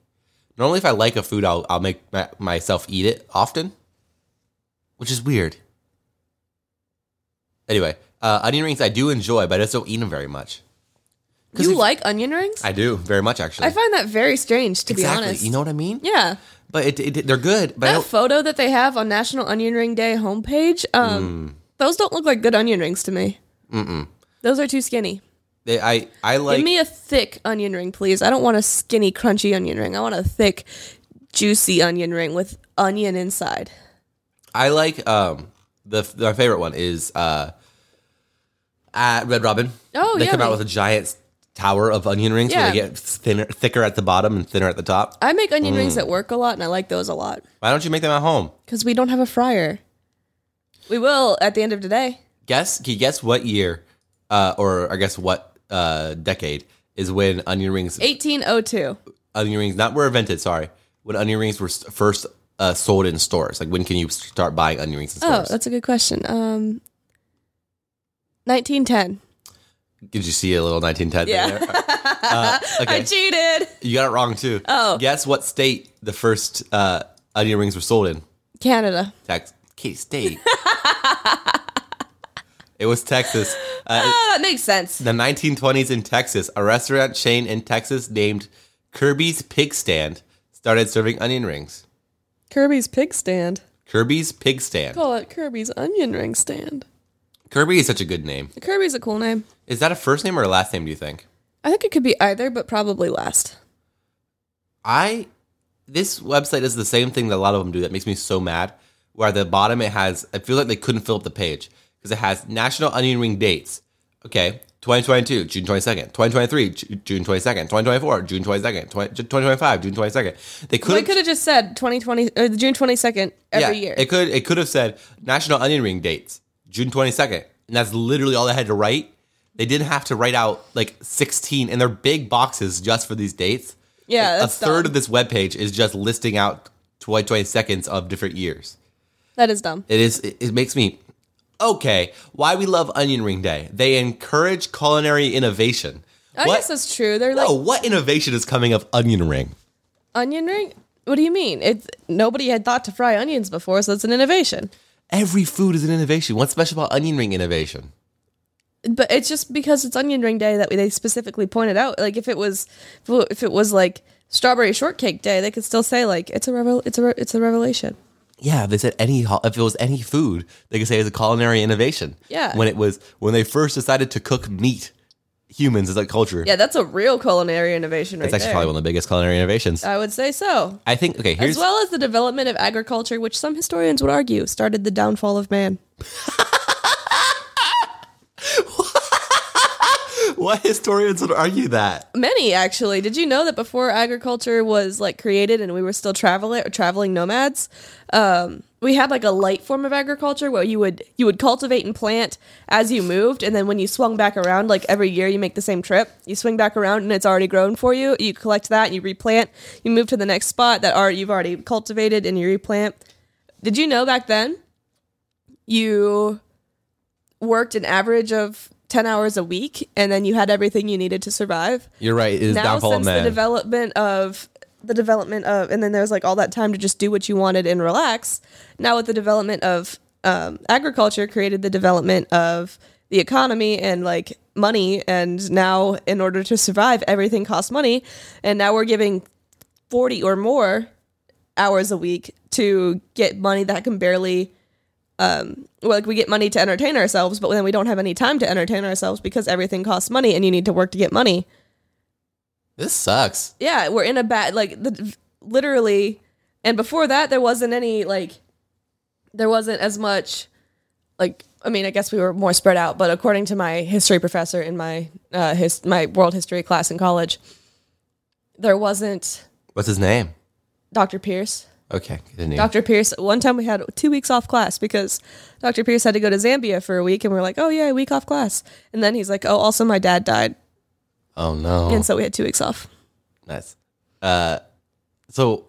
Normally, if I like a food, I'll I'll make my, myself eat it often, which is weird. Anyway, uh, onion rings I do enjoy, but I just don't eat them very much. 'Cause You if- like onion rings? I, I do very much actually. find that very strange, to exactly. be honest. You know what I mean? yeah. But it, it, they're good. But I That don't, photo that they have on National Onion Ring Day homepage, um, those don't look like good onion rings to me. Mm-mm. Those are too skinny. they, I I like Give me a thick onion ring, please. I don't want a skinny, crunchy onion ring. I want a thick, juicy onion ring with onion inside. I like um the my favorite one is uh at Red Robin. Oh, they come out yummy. with a giant tower of onion rings where they Yeah. get thinner, thicker at the bottom and thinner at the top. I make onion Mm. rings at work a lot, and I like those a lot Why don't you make them at home? because we don't have a fryer. We will at the end of today. Guess can you guess what year, uh, or I guess what uh decade is when onion rings 1802. onion rings not were invented. Sorry, when onion rings were s- first uh, sold in stores. Like when can you start buying onion rings in Oh, stores? that's a good question. Um, 1910. Did you see a little 1910 Yeah. thing there? Uh, I cheated. You got it wrong too. Oh. Guess what state the first uh, onion rings were sold in? Canada. Tex K State. it was Texas. Uh, Oh, that makes sense. the 1920s in Texas, a restaurant chain in Texas named Kirby's Pig Stand started serving onion rings. Kirby's pig stand. Kirby's Pig Stand. Call it Kirby's onion ring stand. Kirby is such a good name. Kirby's a cool name. Is that a first name or a last name? Do you think? I think it could be either, but probably last. I this website is the same thing that a lot of them do that makes me so mad. Where at the bottom it has, I feel like they couldn't fill up the page because it has National Onion Ring dates. Okay, 2022 June 22nd, 2023 Ju- June 22nd, 2024 June 22nd, 20, 2025 June 22nd. They Well, could it could have just said 2020 or June 22nd every year. It could it could have said National Onion Ring dates June 22nd, and that's literally all they had to write. They didn't have to write out like 16, and they're big boxes just for these dates. yeah, a that's third dumb. of this webpage is just listing out 20, 20 seconds of different years. that is dumb. It is it, it makes me okay. Why we love Onion Ring Day? They encourage culinary innovation. I what? guess that's true. They're oh, like what innovation is coming of Onion Ring? onion ring. What do you mean? It's nobody had thought to fry onions before, so it's an innovation. Every food is an innovation. What's special about Onion Ring innovation? But it's just because it's onion ring day that they specifically pointed out. Like if it was, if it was like strawberry shortcake day, they could still say like it's a revel, it's a re- it's a revelation. Yeah, if they said any ho- if it was any food, they could say it's a culinary innovation. Yeah. when it was when they first decided to cook meat, humans as a culture. Yeah, that's a real culinary innovation right It's actually there. probably one of the biggest culinary innovations. I would say so. I think. Okay, here's As well as the development of agriculture, which some historians would argue started the downfall of man. What historians would argue that? Many actually. Did you know that before agriculture was like created and we were still traveling traveling nomads, um, we had like a light form of agriculture where you would you would cultivate and plant as you moved, and then when you swung back around, like every year you make the same trip, you swing back around and it's already grown for you. You collect that, you replant, you move to the next spot that are you've already cultivated and you replant. Did you know back then you worked an average of ten hours a week, and then you had everything you needed to survive? You're right. It is now downfall of since the man. development of the development of and then there's like all that time to just do what you wanted and relax now with the development of um, agriculture created the development of the economy and like money and now in order to survive everything costs money and now we're giving 40 or more hours a week to get money that can barely um well, like we get money to entertain ourselves but then we don't have any time to entertain ourselves because everything costs money and you need to work to get money this sucks. yeah, we're in a bad like the, literally. And before that, there wasn't any like there wasn't as much like I mean, I guess we were more spread out. But according to my history professor in my uh, his my world history class in college, there wasn't What's his name? Dr. Pierce. Okay, continue. Dr. Pierce, one time we had two weeks off class because Dr. Pierce had to go to Zambia for a week, and we were like, oh, yeah, a week off class. And then he's like, oh, also my dad died. oh no, And so we had two weeks off. nice. Uh, so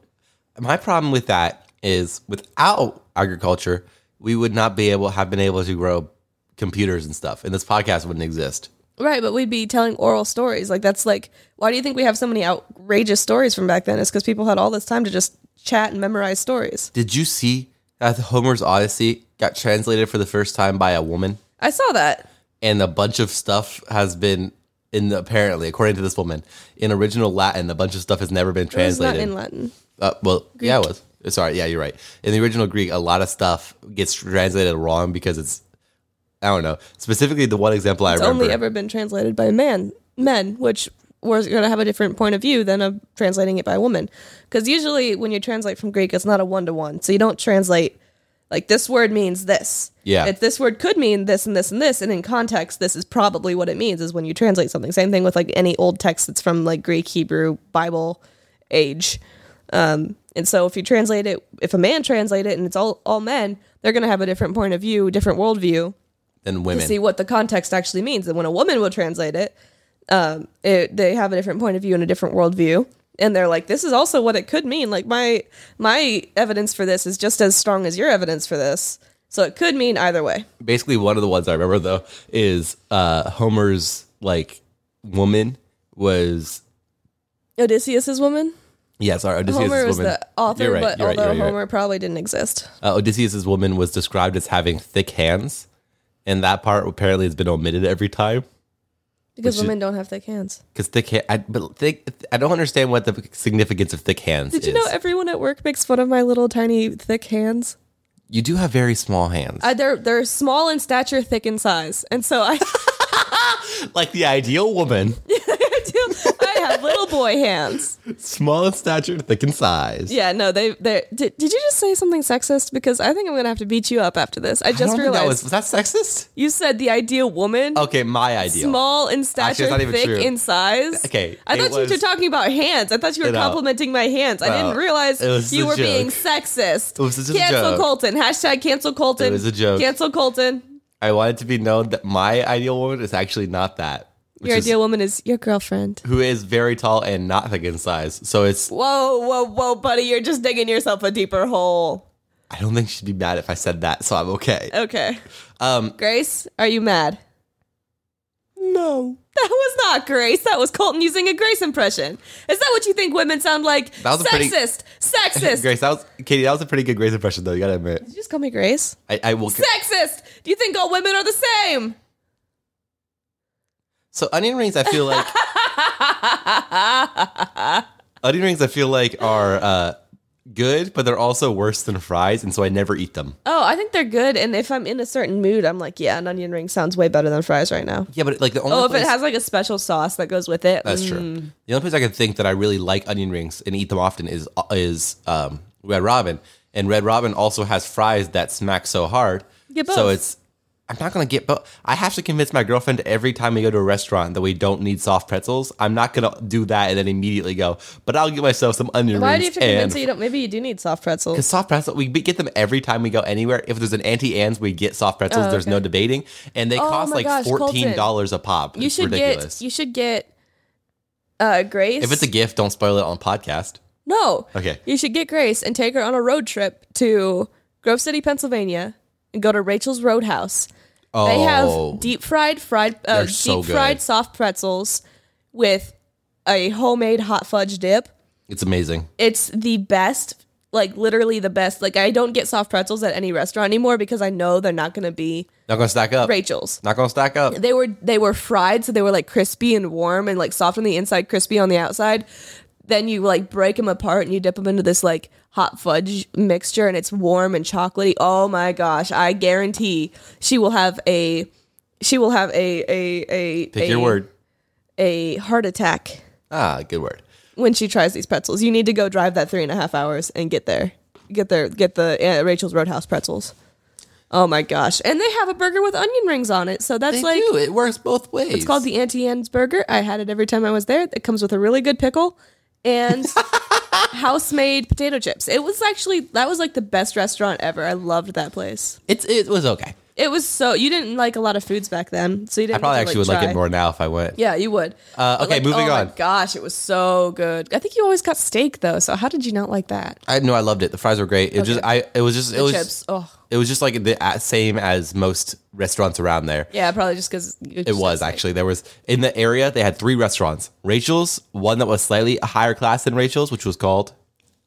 my problem with that is without agriculture, we would not be able have been able to grow computers and stuff, and this podcast wouldn't exist. Right, but we'd be telling oral stories. Like that's like why do you think we have so many outrageous stories from back then? It's because people had all this time to just chat and memorize stories. Did you see that Homer's Odyssey got translated for the first time by a woman? I saw that. and a bunch of stuff has been in the, apparently according to this woman in original Latin. A bunch of stuff has never been It was not translated. in Latin. uh, well, yeah, it was. Uh, Sorry, yeah, you're right. In the original Greek, a lot of stuff gets translated wrong because it's I don't know. Specifically, the one example I It's remember. only ever been translated by man, men, which was going to have a different point of view than a translating it by a woman. Because usually when you translate from Greek, it's not a one to one. So you don't translate like this word means this. Yeah. If this word could mean this and this and this, and in context, this is probably what it means. Is when you translate something. Same thing with like any old text that's from like Greek, Hebrew, Bible, age. Um, and so if you translate it, if a man translate it, and it's all all men, they're going to have a different point of view, different worldview than to women. see what the context actually means. And when a woman will translate it, um, it, they have a different point of view and a different worldview. And they're like, this is also what it could mean. Like my my evidence for this is just as strong as your evidence for this. So it could mean either way. Basically, one of the ones I remember though is uh, Homer's like woman was Odysseus's woman. yeah. Sorry, Odysseus' Homer woman was the author, You're right, but you're right, you're although right, you're right. Homer probably didn't exist. uh, Odysseus's woman was described as having thick hands, and that part apparently has been omitted every time Because Which is- women don't have thick hands. because thick. Ha- I, but thick. I don't understand what the significance of thick hands Did is. you know everyone at work makes fun of my little tiny thick hands? you do have very small hands. I, they're they're small in stature, thick in size, and so I like the ideal woman, I, do, I have little boy hands. small in stature, thick in size. Yeah, no, they they did, did you just say something sexist? Because I think I'm gonna have to beat you up after this. I I don't just think realized that was, was that sexist. you said the ideal woman, Okay, my ideal. small in Actually, stature, it's not even thick true. in size. Okay, I it thought was- you were talking about hands. I thought you were No. complimenting my hands. I No, didn't realize it was you a were joke. being sexist. was just a cancel joke. Colton. Hashtag cancel Colton. It was a joke. Cancel Colton. I wanted to be known that my ideal woman is actually not that. Which Your is, ideal woman is your girlfriend. who is very tall and not thick in size. So it's Whoa, whoa, whoa, buddy! You're just digging yourself a deeper hole. I don't think she'd be mad if I said that, so I'm okay. Okay, Um Grace, are you mad? no. That was not Grace. That was Colton using a Grace impression. Is that what you think women sound like? That was a sexist. pretty- Sexist. Grace, that was Katie. That was a pretty good Grace impression, though. You gotta admit. Did you just call me Grace? I, I will. Sexist. Do you think all women are the same? So onion rings, I feel like onion rings. I feel like are uh, good, but they're also worse than fries, and so I never eat them. Oh, I think they're good. And if I'm in a certain mood, I'm like, yeah, an onion ring sounds way better than fries right now. Yeah, but like the only Oh, if place, it has like a special sauce that goes with it. mm. that's true. The only place I can think that I really like onion rings and eat them often is is um, Red Robin, and Red Robin also has fries that smack so hard. Get So both. it's. I'm not gonna get, but I have to convince my girlfriend every time we go to a restaurant that we don't need soft pretzels. I'm not gonna do that and then immediately go, but I'll get myself some onion Why do you rings have to convince and her you don't? Maybe you do need soft Because pretzels. soft pretzels, we get them every time we go anywhere. If there's an Auntie Anne's, we get soft pretzels. Oh, There's no okay. Oh debating, and they cost my like gosh, fourteen dollars a pop. You It's should ridiculous. get. You should get. Uh, Grace. if it's a gift, don't spoil it on podcast. No. Okay. You should get Grace and take her on a road trip to Grove City, Pennsylvania, and go to Rachel's Roadhouse. Oh, They have deep fried fried uh, They're deep so good. fried soft pretzels with a homemade hot fudge dip. it's amazing. It's the best, like literally the best. Like I don't get soft pretzels at any restaurant anymore because I know they're not going to be Not gonna stack up. Rachel's. Not gonna stack up. They were they were fried, so they were like crispy and warm and like soft on the inside, crispy on the outside. Then you like break them apart and you dip them into this like hot fudge mixture, and it's warm and chocolatey. Oh my gosh! I guarantee she will have a she will have a a a Pick a, your word. a heart attack Ah, good word. when she tries these pretzels. You need to go drive that three and a half hours and get there, get there, get the uh, Rachel's Roadhouse pretzels. Oh my gosh! And they have a burger with onion rings on it, so that's They like do. It works both ways. it's called the Auntie Anne's Burger. I had it every time I was there. It comes with a really good pickle and house made potato chips. It was actually, that was like the best restaurant ever. I loved that place. It's it was okay. It was so you didn't like a lot of foods back then, so you didn't. I probably get to, actually would like try. it more now if I went. Yeah, you would. Uh, But, okay, like, moving oh on. My gosh, it was so good. I think you always got steak though. So how did you not like that? I know I loved it. The fries were great. It was Okay. just I. It was just it was Chips. Oh, it was just like the uh, same as most restaurants around there. yeah, probably just because It was actually there was in the area they had three restaurants. Rachel's, one that was slightly higher class than Rachel's, which was called,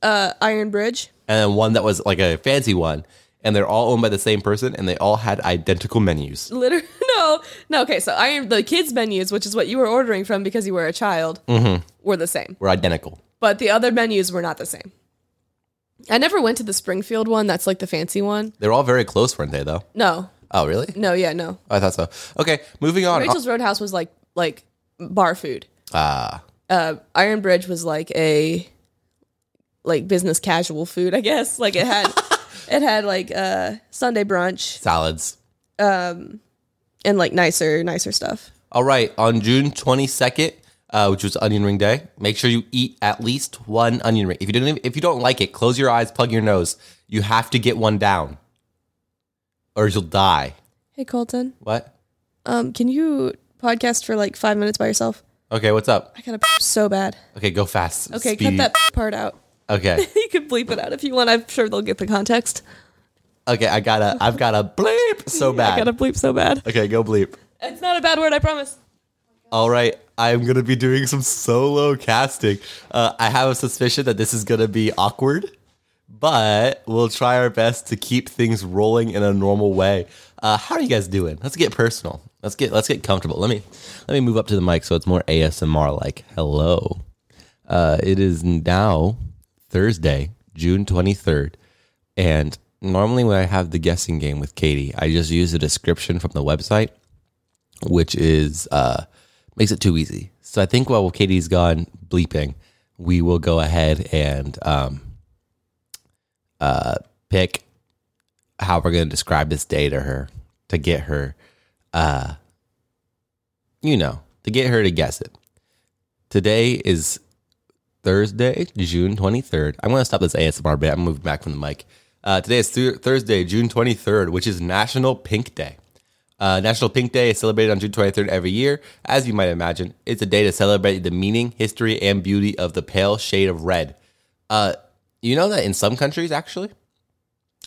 uh, Iron Bridge. and then one that was like a fancy one. And they're all owned by the same person, and they all had identical menus. Literally, no, no. Okay, so Iron the kids menus, which is what you were ordering from because you were a child, were the same, Were identical. but the other menus were not the same. I never went to the Springfield one. That's like the fancy one. They were all very close, weren't they? Though. No, Oh, really? no, yeah, no. I thought so. Okay, moving on. Rachel's Roadhouse was like like bar food. Ah, uh, Iron Bridge was like a like business casual food, I guess. Like it had it had like uh Sunday brunch salads. and like nicer nicer stuff. All right, on June 22nd, uh, which was Onion Ring Day, make sure you eat at least one onion ring. If you don't, even, if you don't like it, close your eyes, plug your nose. You have to get one down, or you'll die. Hey Colton, What? um, can you podcast for like five minutes by yourself? Okay, what's up? I gotta poop so bad. Okay, go fast. Okay, Speedy. cut that part out. Okay, You can bleep it out if you want. I'm sure they'll get the context. okay, I gotta, I've gotta bleep so I gotta bad. bleep so bad. Okay, go bleep. It's not a bad word, I promise. All right, I'm gonna be doing some solo casting. Uh, I have a suspicion that this is gonna be awkward, but we'll try our best to keep things rolling in a normal way. Uh, how are you guys doing? Let's get personal. Let's get let's get comfortable. Let me let me move up to the mic so it's more ASMR like. Hello, uh, it is now Thursday, June 23rd, and normally when I have the guessing game with Katie, I just use a description from the website which is uh, makes it too easy. So I think while Katie's gone bleeping, we will go ahead and um, uh, pick how we're going to describe this day to her to get her, uh, you know, to get her to guess it. Today is Thursday, June 23rd. I'm going to stop this ASMR bit. I'm moving back from the mic. Uh, today is Thu- Thursday, June 23rd, which is National Pink Day. Uh, National Pink Day is celebrated on June 23rd every year. As you might imagine, it's a day to celebrate the meaning, history, and beauty of the pale shade of red. Uh, you know that in some countries, actually,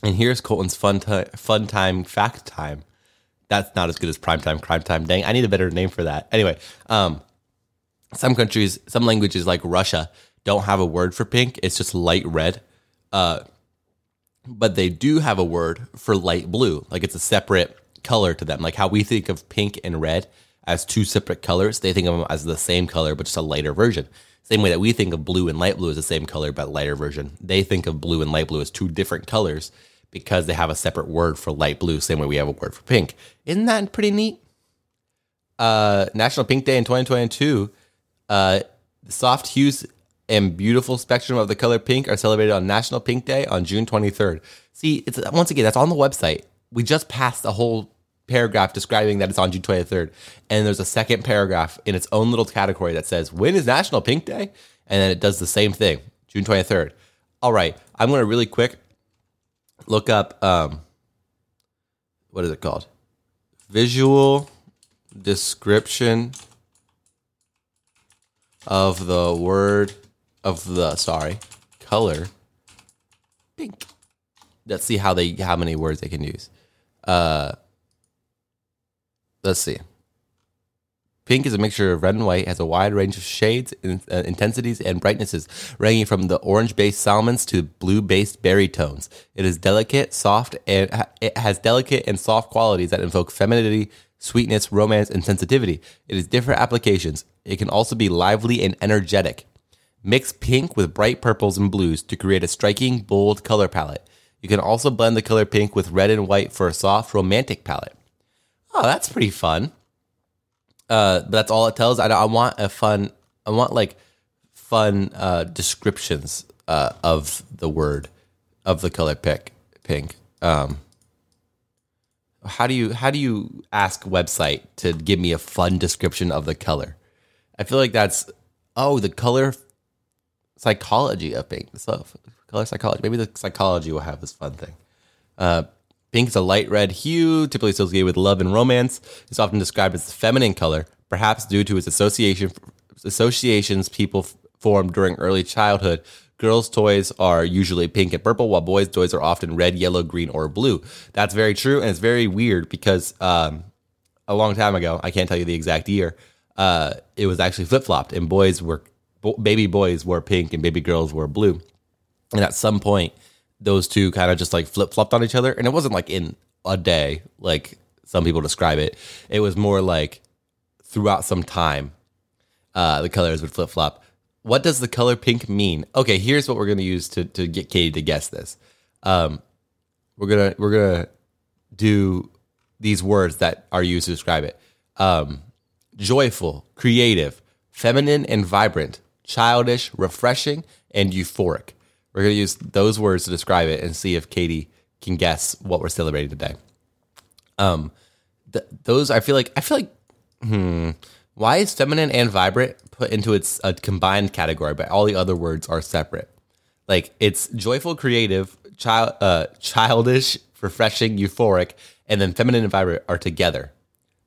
and here's Colton's fun, ti- fun time fact time. That's not as good as prime time, crime time. Dang, I need a better name for that. Anyway, um, some countries, some languages like Russia don't have a word for pink. It's just light red. Uh, but they do have a word for light blue. Like it's a separate color to them. Like how we think of pink and red as two separate colors, they think of them as the same color, but just a lighter version. Same way that we think of blue and light blue as the same color, but lighter version. They think of blue and light blue as two different colors because they have a separate word for light blue, same way we have a word for pink. Isn't that pretty neat? Uh, National Pink Day in 2022 uh, the soft hues and beautiful spectrum of the color pink are celebrated on National Pink Day on June 23rd. See, it's once again that's on the website. We just passed a whole paragraph describing that it's on June 23rd, and there's a second paragraph in its own little category that says when is National Pink Day, and then it does the same thing, June 23rd. All right, I'm gonna really quick look up um, what is it called? Visual description of the word of the sorry color pink. Let's see how they how many words they can use. Uh, let's see. Pink is a mixture of red and white, has a wide range of shades, in, uh, intensities, and brightnesses, ranging from the orange-based salmons to blue-based berry tones. It is delicate, soft, and ha- it has delicate and soft qualities that invoke femininity, sweetness, romance, and sensitivity. It is different applications. It can also be lively and energetic. Mix pink with bright purples and blues to create a striking, bold color palette. You can also blend the color pink with red and white for a soft, romantic palette. Oh, that's pretty fun. Uh, but that's all it tells. I, I want a fun. I want like fun uh, descriptions uh, of the word of the color pick pink. Um, how do you how do you ask website to give me a fun description of the color? I feel like that's oh the color psychology of pink. So color psychology. Maybe the psychology will have this fun thing. Uh, Pink is a light red hue, typically associated with love and romance. It's often described as a feminine color, perhaps due to its association associations people f- form during early childhood. Girls' toys are usually pink and purple, while boys' toys are often red, yellow, green, or blue. That's very true, and it's very weird because um, a long time ago, I can't tell you the exact year, uh, it was actually flip flopped, and boys were bo- baby boys wore pink and baby girls wore blue and at some point those two kind of just like flip flopped on each other and it wasn't like in a day like some people describe it it was more like throughout some time uh, the colors would flip flop what does the color pink mean okay here's what we're going to use to to get katie to guess this um, we're gonna we're gonna do these words that are used to describe it um, joyful creative feminine and vibrant childish refreshing and euphoric we're gonna use those words to describe it and see if katie can guess what we're celebrating today um th- those i feel like i feel like hmm why is feminine and vibrant put into its a combined category but all the other words are separate like it's joyful, creative, child, uh, childish, refreshing, euphoric, and then feminine and vibrant are together.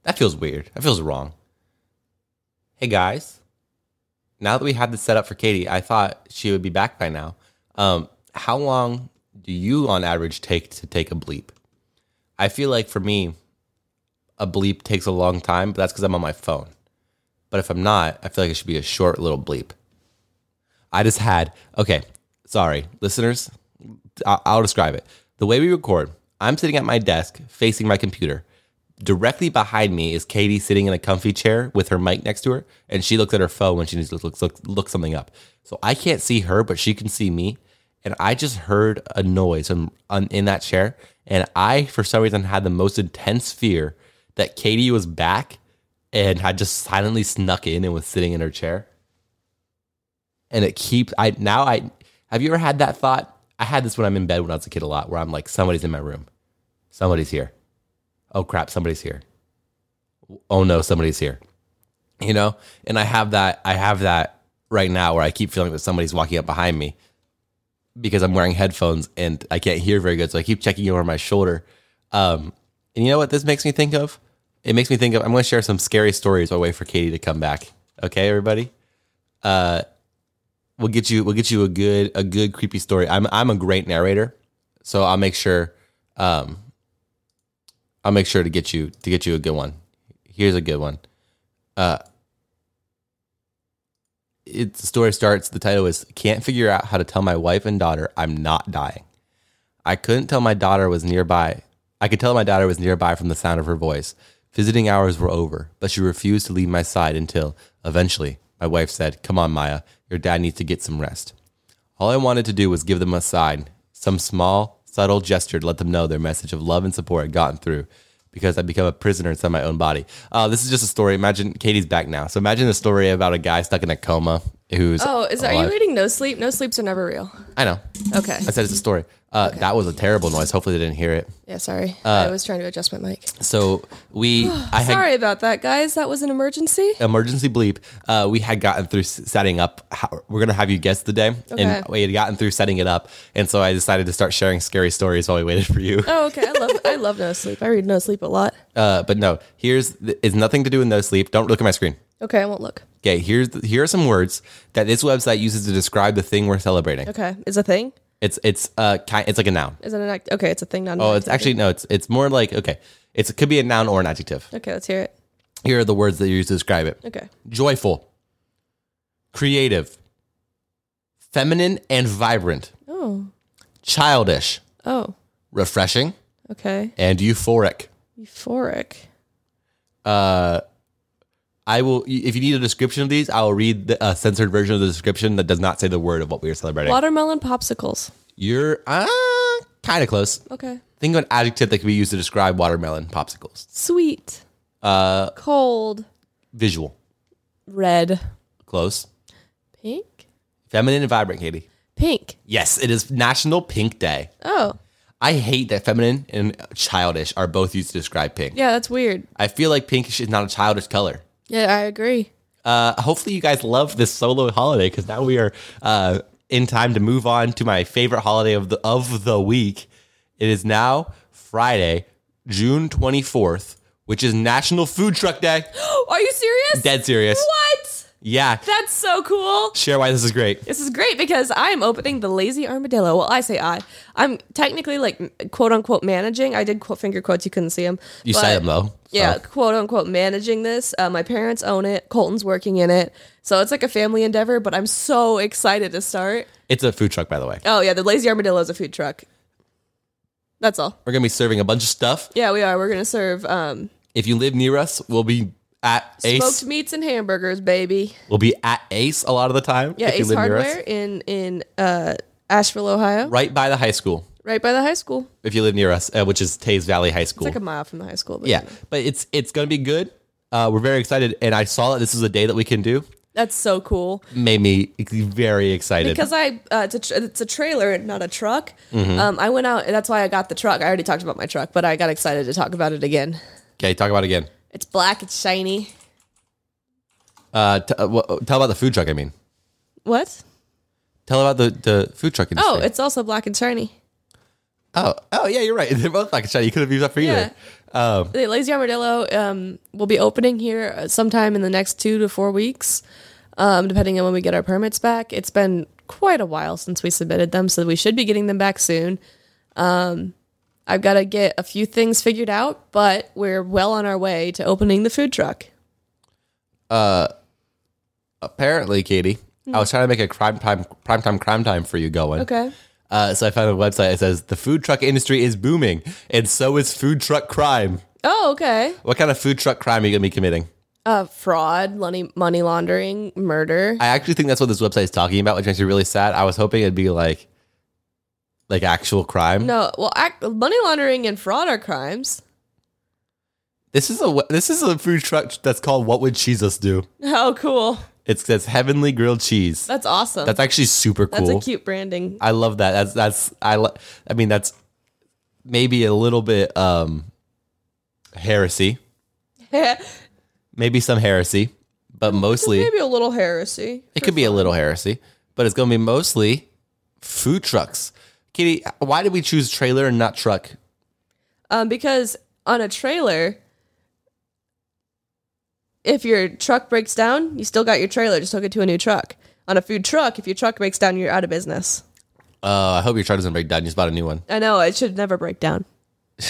That feels weird. That feels wrong. Hey guys, now that we had this set up for Katie, I thought she would be back by now. Um, how long do you, on average, take to take a bleep? I feel like for me, a bleep takes a long time, but that's because I'm on my phone. But if I'm not, I feel like it should be a short little bleep. I just had, okay, sorry, listeners, I- I'll describe it. The way we record, I'm sitting at my desk facing my computer. Directly behind me is Katie sitting in a comfy chair with her mic next to her, and she looks at her phone when she needs to look, look, look something up. So I can't see her, but she can see me. And I just heard a noise in, on, in that chair. And I, for some reason, had the most intense fear that Katie was back and had just silently snuck in and was sitting in her chair and it keeps i now i have you ever had that thought i had this when i'm in bed when i was a kid a lot where i'm like somebody's in my room somebody's here oh crap somebody's here oh no somebody's here you know and i have that i have that right now where i keep feeling that somebody's walking up behind me because i'm wearing headphones and i can't hear very good so i keep checking over my shoulder um, and you know what this makes me think of it makes me think of i'm going to share some scary stories while i wait for katie to come back okay everybody we'll get you we'll get you a good a good creepy story. I'm I'm a great narrator, so I'll make sure um I'll make sure to get you to get you a good one. Here's a good one. Uh it, the story starts. The title is "Can't Figure Out How to Tell My Wife and Daughter I'm Not Dying." I couldn't tell my daughter was nearby. I could tell my daughter was nearby from the sound of her voice. Visiting hours were over, but she refused to leave my side until, eventually, my wife said, Come on, Maya, your dad needs to get some rest. All I wanted to do was give them a sign, some small, subtle gesture to let them know their message of love and support had gotten through because I'd become a prisoner inside my own body. Uh, this is just a story. Imagine Katie's back now. So imagine a story about a guy stuck in a coma who's. Oh, is are alive. you reading No Sleep? No Sleeps are never real. I know. Okay. I said it's a story. Uh, That was a terrible noise. Hopefully, they didn't hear it. Yeah, sorry. I was trying to adjust my mic. So we, Uh, I had Sorry about that, guys. That was an emergency. emergency bleep. Uh, we had gotten through s- setting up. How, we're gonna have you guess the day, Okay. and we had gotten through setting it up. And so I decided to start sharing scary stories while we waited for you. Oh, okay. I love I love No Sleep. I read No Sleep a lot. Uh, but no, here's is nothing to do with no sleep. Don't look at my screen. Okay, I won't look. Okay, here's here are some words that this website uses to describe the thing we're celebrating. Okay, is a thing? It's it's uh ki it's like a noun. Is it an act? Okay, it's a thing. Not an Oh, it's activity. actually no, it's it's more like okay, it's it could be a noun or an adjective. Okay, let's hear it. Here are the words that you use to describe it. Okay, joyful, creative, feminine and vibrant, Oh, childish, oh, refreshing, okay. and euphoric. Uh, Euphoric. I will, if you need a description of these, I will read the uh, censored version of the description that does not say the word of what we are celebrating. Watermelon popsicles. You're uh, kind of close. Okay. Think of an adjective that can be used to describe watermelon popsicles. Sweet. Uh. Cold. Visual, Red. close. Pink. Feminine and vibrant, Katie. Pink. Yes, it is National Pink Day. Oh, I hate that feminine and childish are both used to describe pink. yeah. That's weird. I feel like pink is not a childish color. Yeah, I agree. Uh, hopefully, you guys love this solo holiday because now we are uh, in time to move on to my favorite holiday of the of the week. It is now Friday, June 24th, which is National Food Truck Day. Are you serious? Dead serious. What? Yeah. That's so cool. Share why this is great. This is great because I am opening the Lazy Armadillo. Well, I say I. I'm technically like quote unquote managing. I did quote finger quotes. You couldn't see them. You said it though. Yeah, quote unquote managing this. Uh, my parents own it. Colton's working in it, so it's like a family endeavor. But I'm so excited to start. It's a food truck, by the way. Oh yeah, the Lazy Armadillo is a food truck. That's all. We're going to be serving a bunch of stuff. Yeah, we are. We're gonna serve um, If you live near us, we'll be at Ace. smoked meats and hamburgers, baby. We'll be at Ace a lot of the time. Yeah, if you Ace live near us. Hardware in in uh, Asheville, Ohio, right. Right by the high school, by the high school. if you live near us, uh, which is Tays Valley High School. It's like a mile from the high school. But yeah, but it's it's going to be good. Uh, we're very excited, and I saw that this is a day that we can do. that's so cool Made me ex- very excited. because I uh, it's, a tr- it's a trailer, and not a truck. Mm-hmm. Um, I went out. That's why I got the truck. I already talked about my truck, but I got excited to talk about it again. okay, talk about it again. It's black. It's shiny. Uh, t- uh, wh- tell about the food truck. I mean, What? tell about the, the food truck Oh, industry. it's also black and shiny. oh, oh, yeah, you're right. They're both like shiny. You could have used that for either. Um, The Lazy Armadillo um, will be opening here uh, sometime in the next two to four weeks, um, depending on when we get our permits back. It's been quite a while since we submitted them, so we should be getting them back soon. Um, I've got to get a few things figured out, but we're well on our way to opening the food truck. apparently, Katie, I was trying to make a crime time, prime time, crime time for you going. Mm. Okay. Uh, so I found a website that says the food truck industry is booming, and so is food truck crime. Oh, okay. What kind of food truck crime are you gonna be committing? Uh, fraud, money, money laundering, murder. I actually think that's what this website is talking about, which makes me really sad. I was hoping it'd be like, like actual crime. No, well, ac money laundering and fraud are crimes. This is a we- this is a food truck that's called What Would Jesus Do? Oh, cool. It says Heavenly Grilled Cheese. That's awesome. That's actually super That's cool. a cute branding. I love that. That's that's I. Lo- I mean, that's maybe a little bit um heresy, maybe some heresy, but mostly Maybe a little heresy. It could be a little heresy, but it's going to be mostly food trucks. Katie, why did we choose trailer and not truck? Um, because on a trailer, if your truck breaks down, you still got your trailer. Just hook it to a new truck. On a food truck, if your truck breaks down, you're out of business. Uh, I hope your truck doesn't break down. You just bought a new one. I know it should never break down.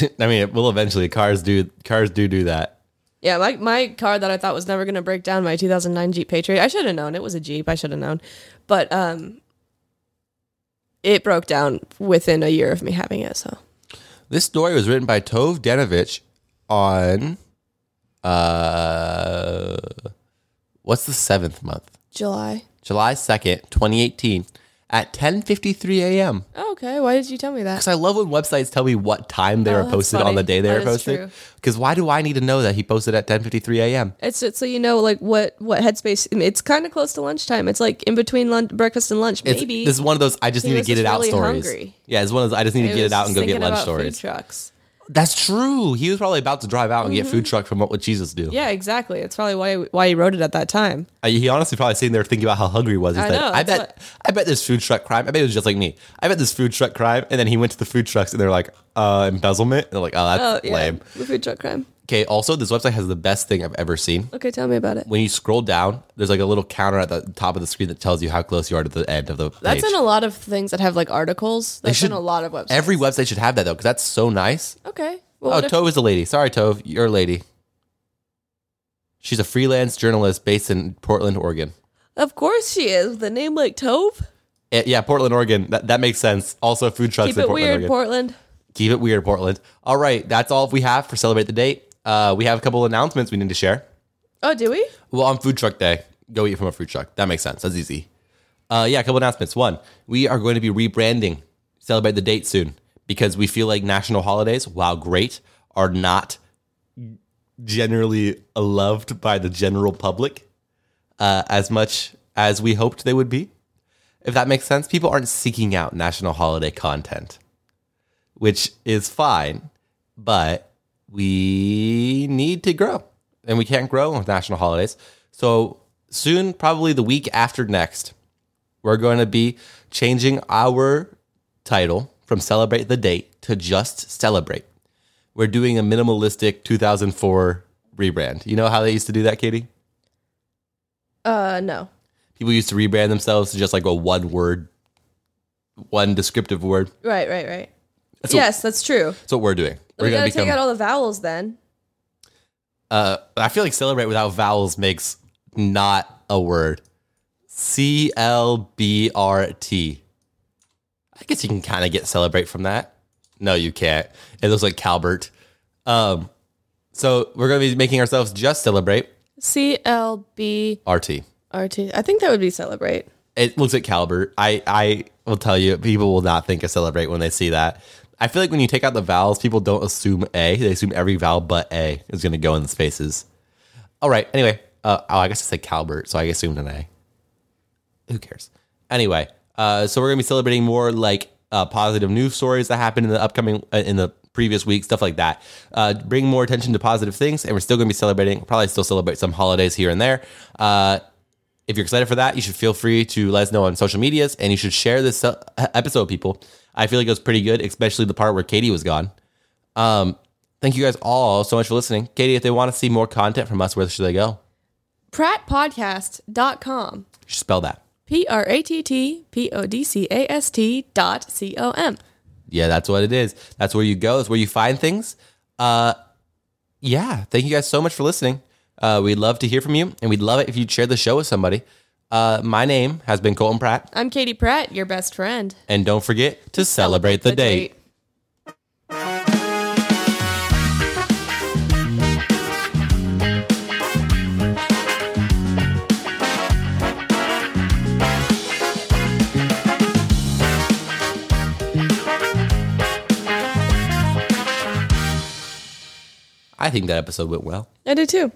I mean, it will eventually. Cars do. Cars do do that. Yeah, my, my car that I thought was never going to break down, my 2009 Jeep Patriot, I should have known. It was a Jeep. I should have known. But um, it broke down within a year of me having it. So This story was written by Tove Danovich on uh, what's the seventh month? July. July second, twenty eighteen, at ten fifty three a.m. Oh, okay. Why did you tell me that? Because I love when websites tell me what time they Oh, were that's posted on funny. the day they That were is posted. true. Because why do I need to know that he posted at ten fifty three a.m. It's just so you know, like what what headspace. I mean, It's kind of close to lunchtime. It's like in between lunch, breakfast and lunch. It's- Maybe this is one of those I just He need to was get just it out really stories. hungry. Yeah, it's one of those I just need to He get was it out just and go get thinking lunch about stories. Food trucks. That's true. He was probably about to drive out and get food truck from what would Jesus do? Mm-hmm. Yeah, exactly. It's probably why why he wrote it at that time. Uh, He honestly probably sitting there thinking about how hungry he was. He's I like, know, I that's bet, I bet this food truck crime. I bet it was just like me. I bet this food truck crime. And then he went to the food trucks and they're like, uh, embezzlement. And they're like, oh, Oh that's yeah, lame. the food truck crime. Okay. Also, this website has the best thing I've ever seen. Okay, tell me about it. When you scroll down, there's like a little counter at the top of the screen that tells you how close you are to the end of the page. That's in a lot of things that have like articles. That's should- in a lot of websites. Every website should have that though, because that's so nice. okay. Well, Oh, what if- Tove is a lady. Sorry, Tove, you're a lady. She's a freelance journalist based in Portland, Oregon. of course she is with a name like Tove. Eh, yeah, Portland, Oregon. That, that makes sense. Also, food trucks Keep in it Oh, Portland, weird, Oregon. Portland. Keep it weird, Portland. All right, that's all we have for celebrate the date. Uh, we have a couple announcements we need to share. Oh, do we? Well, on food truck day, go eat from a food truck. That makes sense. That's easy. Uh, yeah, a couple announcements. One, we are going to be rebranding celebrate the date soon because we feel like national holidays, while great, are not generally loved by the general public uh, as much as we hoped they would be. If that makes sense, people aren't seeking out national holiday content, which is fine, but we need to grow and we can't grow with national holidays. So, soon, probably the week after next, we're going to be changing our title from Celebrate the Date to just Celebrate. we're doing a minimalistic 2004 rebrand. You know how they used to do that, Katie? Uh, no. People used to rebrand themselves to just like a one word, one descriptive word. Right, right, right. That's what, yes, that's true. that's what we're doing. We're we gonna gotta become. take out all the vowels then. uh, I feel like celebrate without vowels makes not a word. C L B R T. I guess you can kind of get celebrate from that. No, you can't. It looks like Calbert. Um, so we're gonna be making ourselves just celebrate C L B RT. R T. I think that would be celebrate. it looks at Calbert. I, I will tell you, people will not think of celebrate when they see that. I feel like when you take out the vowels, people don't assume A. They assume every vowel but A is going to go in the spaces. All right. Anyway, uh, oh, I guess I said Calbert, so I assumed an A. Who cares? Anyway, uh, so we're going to be celebrating more like uh, positive news stories that happened in the upcoming, uh, in the previous week, stuff like that. Uh, bring more attention to positive things, and we're still going to be celebrating. We'll probably still celebrate some holidays here and there. Uh, if you're excited for that, you should feel free to let us know on social medias and you should share this uh, episode, people. I feel like it was pretty good, especially the part where Katie was gone. Um, thank you guys all so much for listening. Katie, if they want to see more content from us, where should they go? Prattpodcast.com. You should spell that. P R A T T P O D C A S T dot C O M. Yeah, that's what it is. That's where you go. That's where you find things. Uh, yeah, thank you guys so much for listening. Uh, we'd love to hear from you, and we'd love it if you'd share the show with somebody. Uh, my name has been Colton Pratt, I'm Katie Pratt, your best friend. and don't forget to celebrate the date. I think that episode went well. I do too.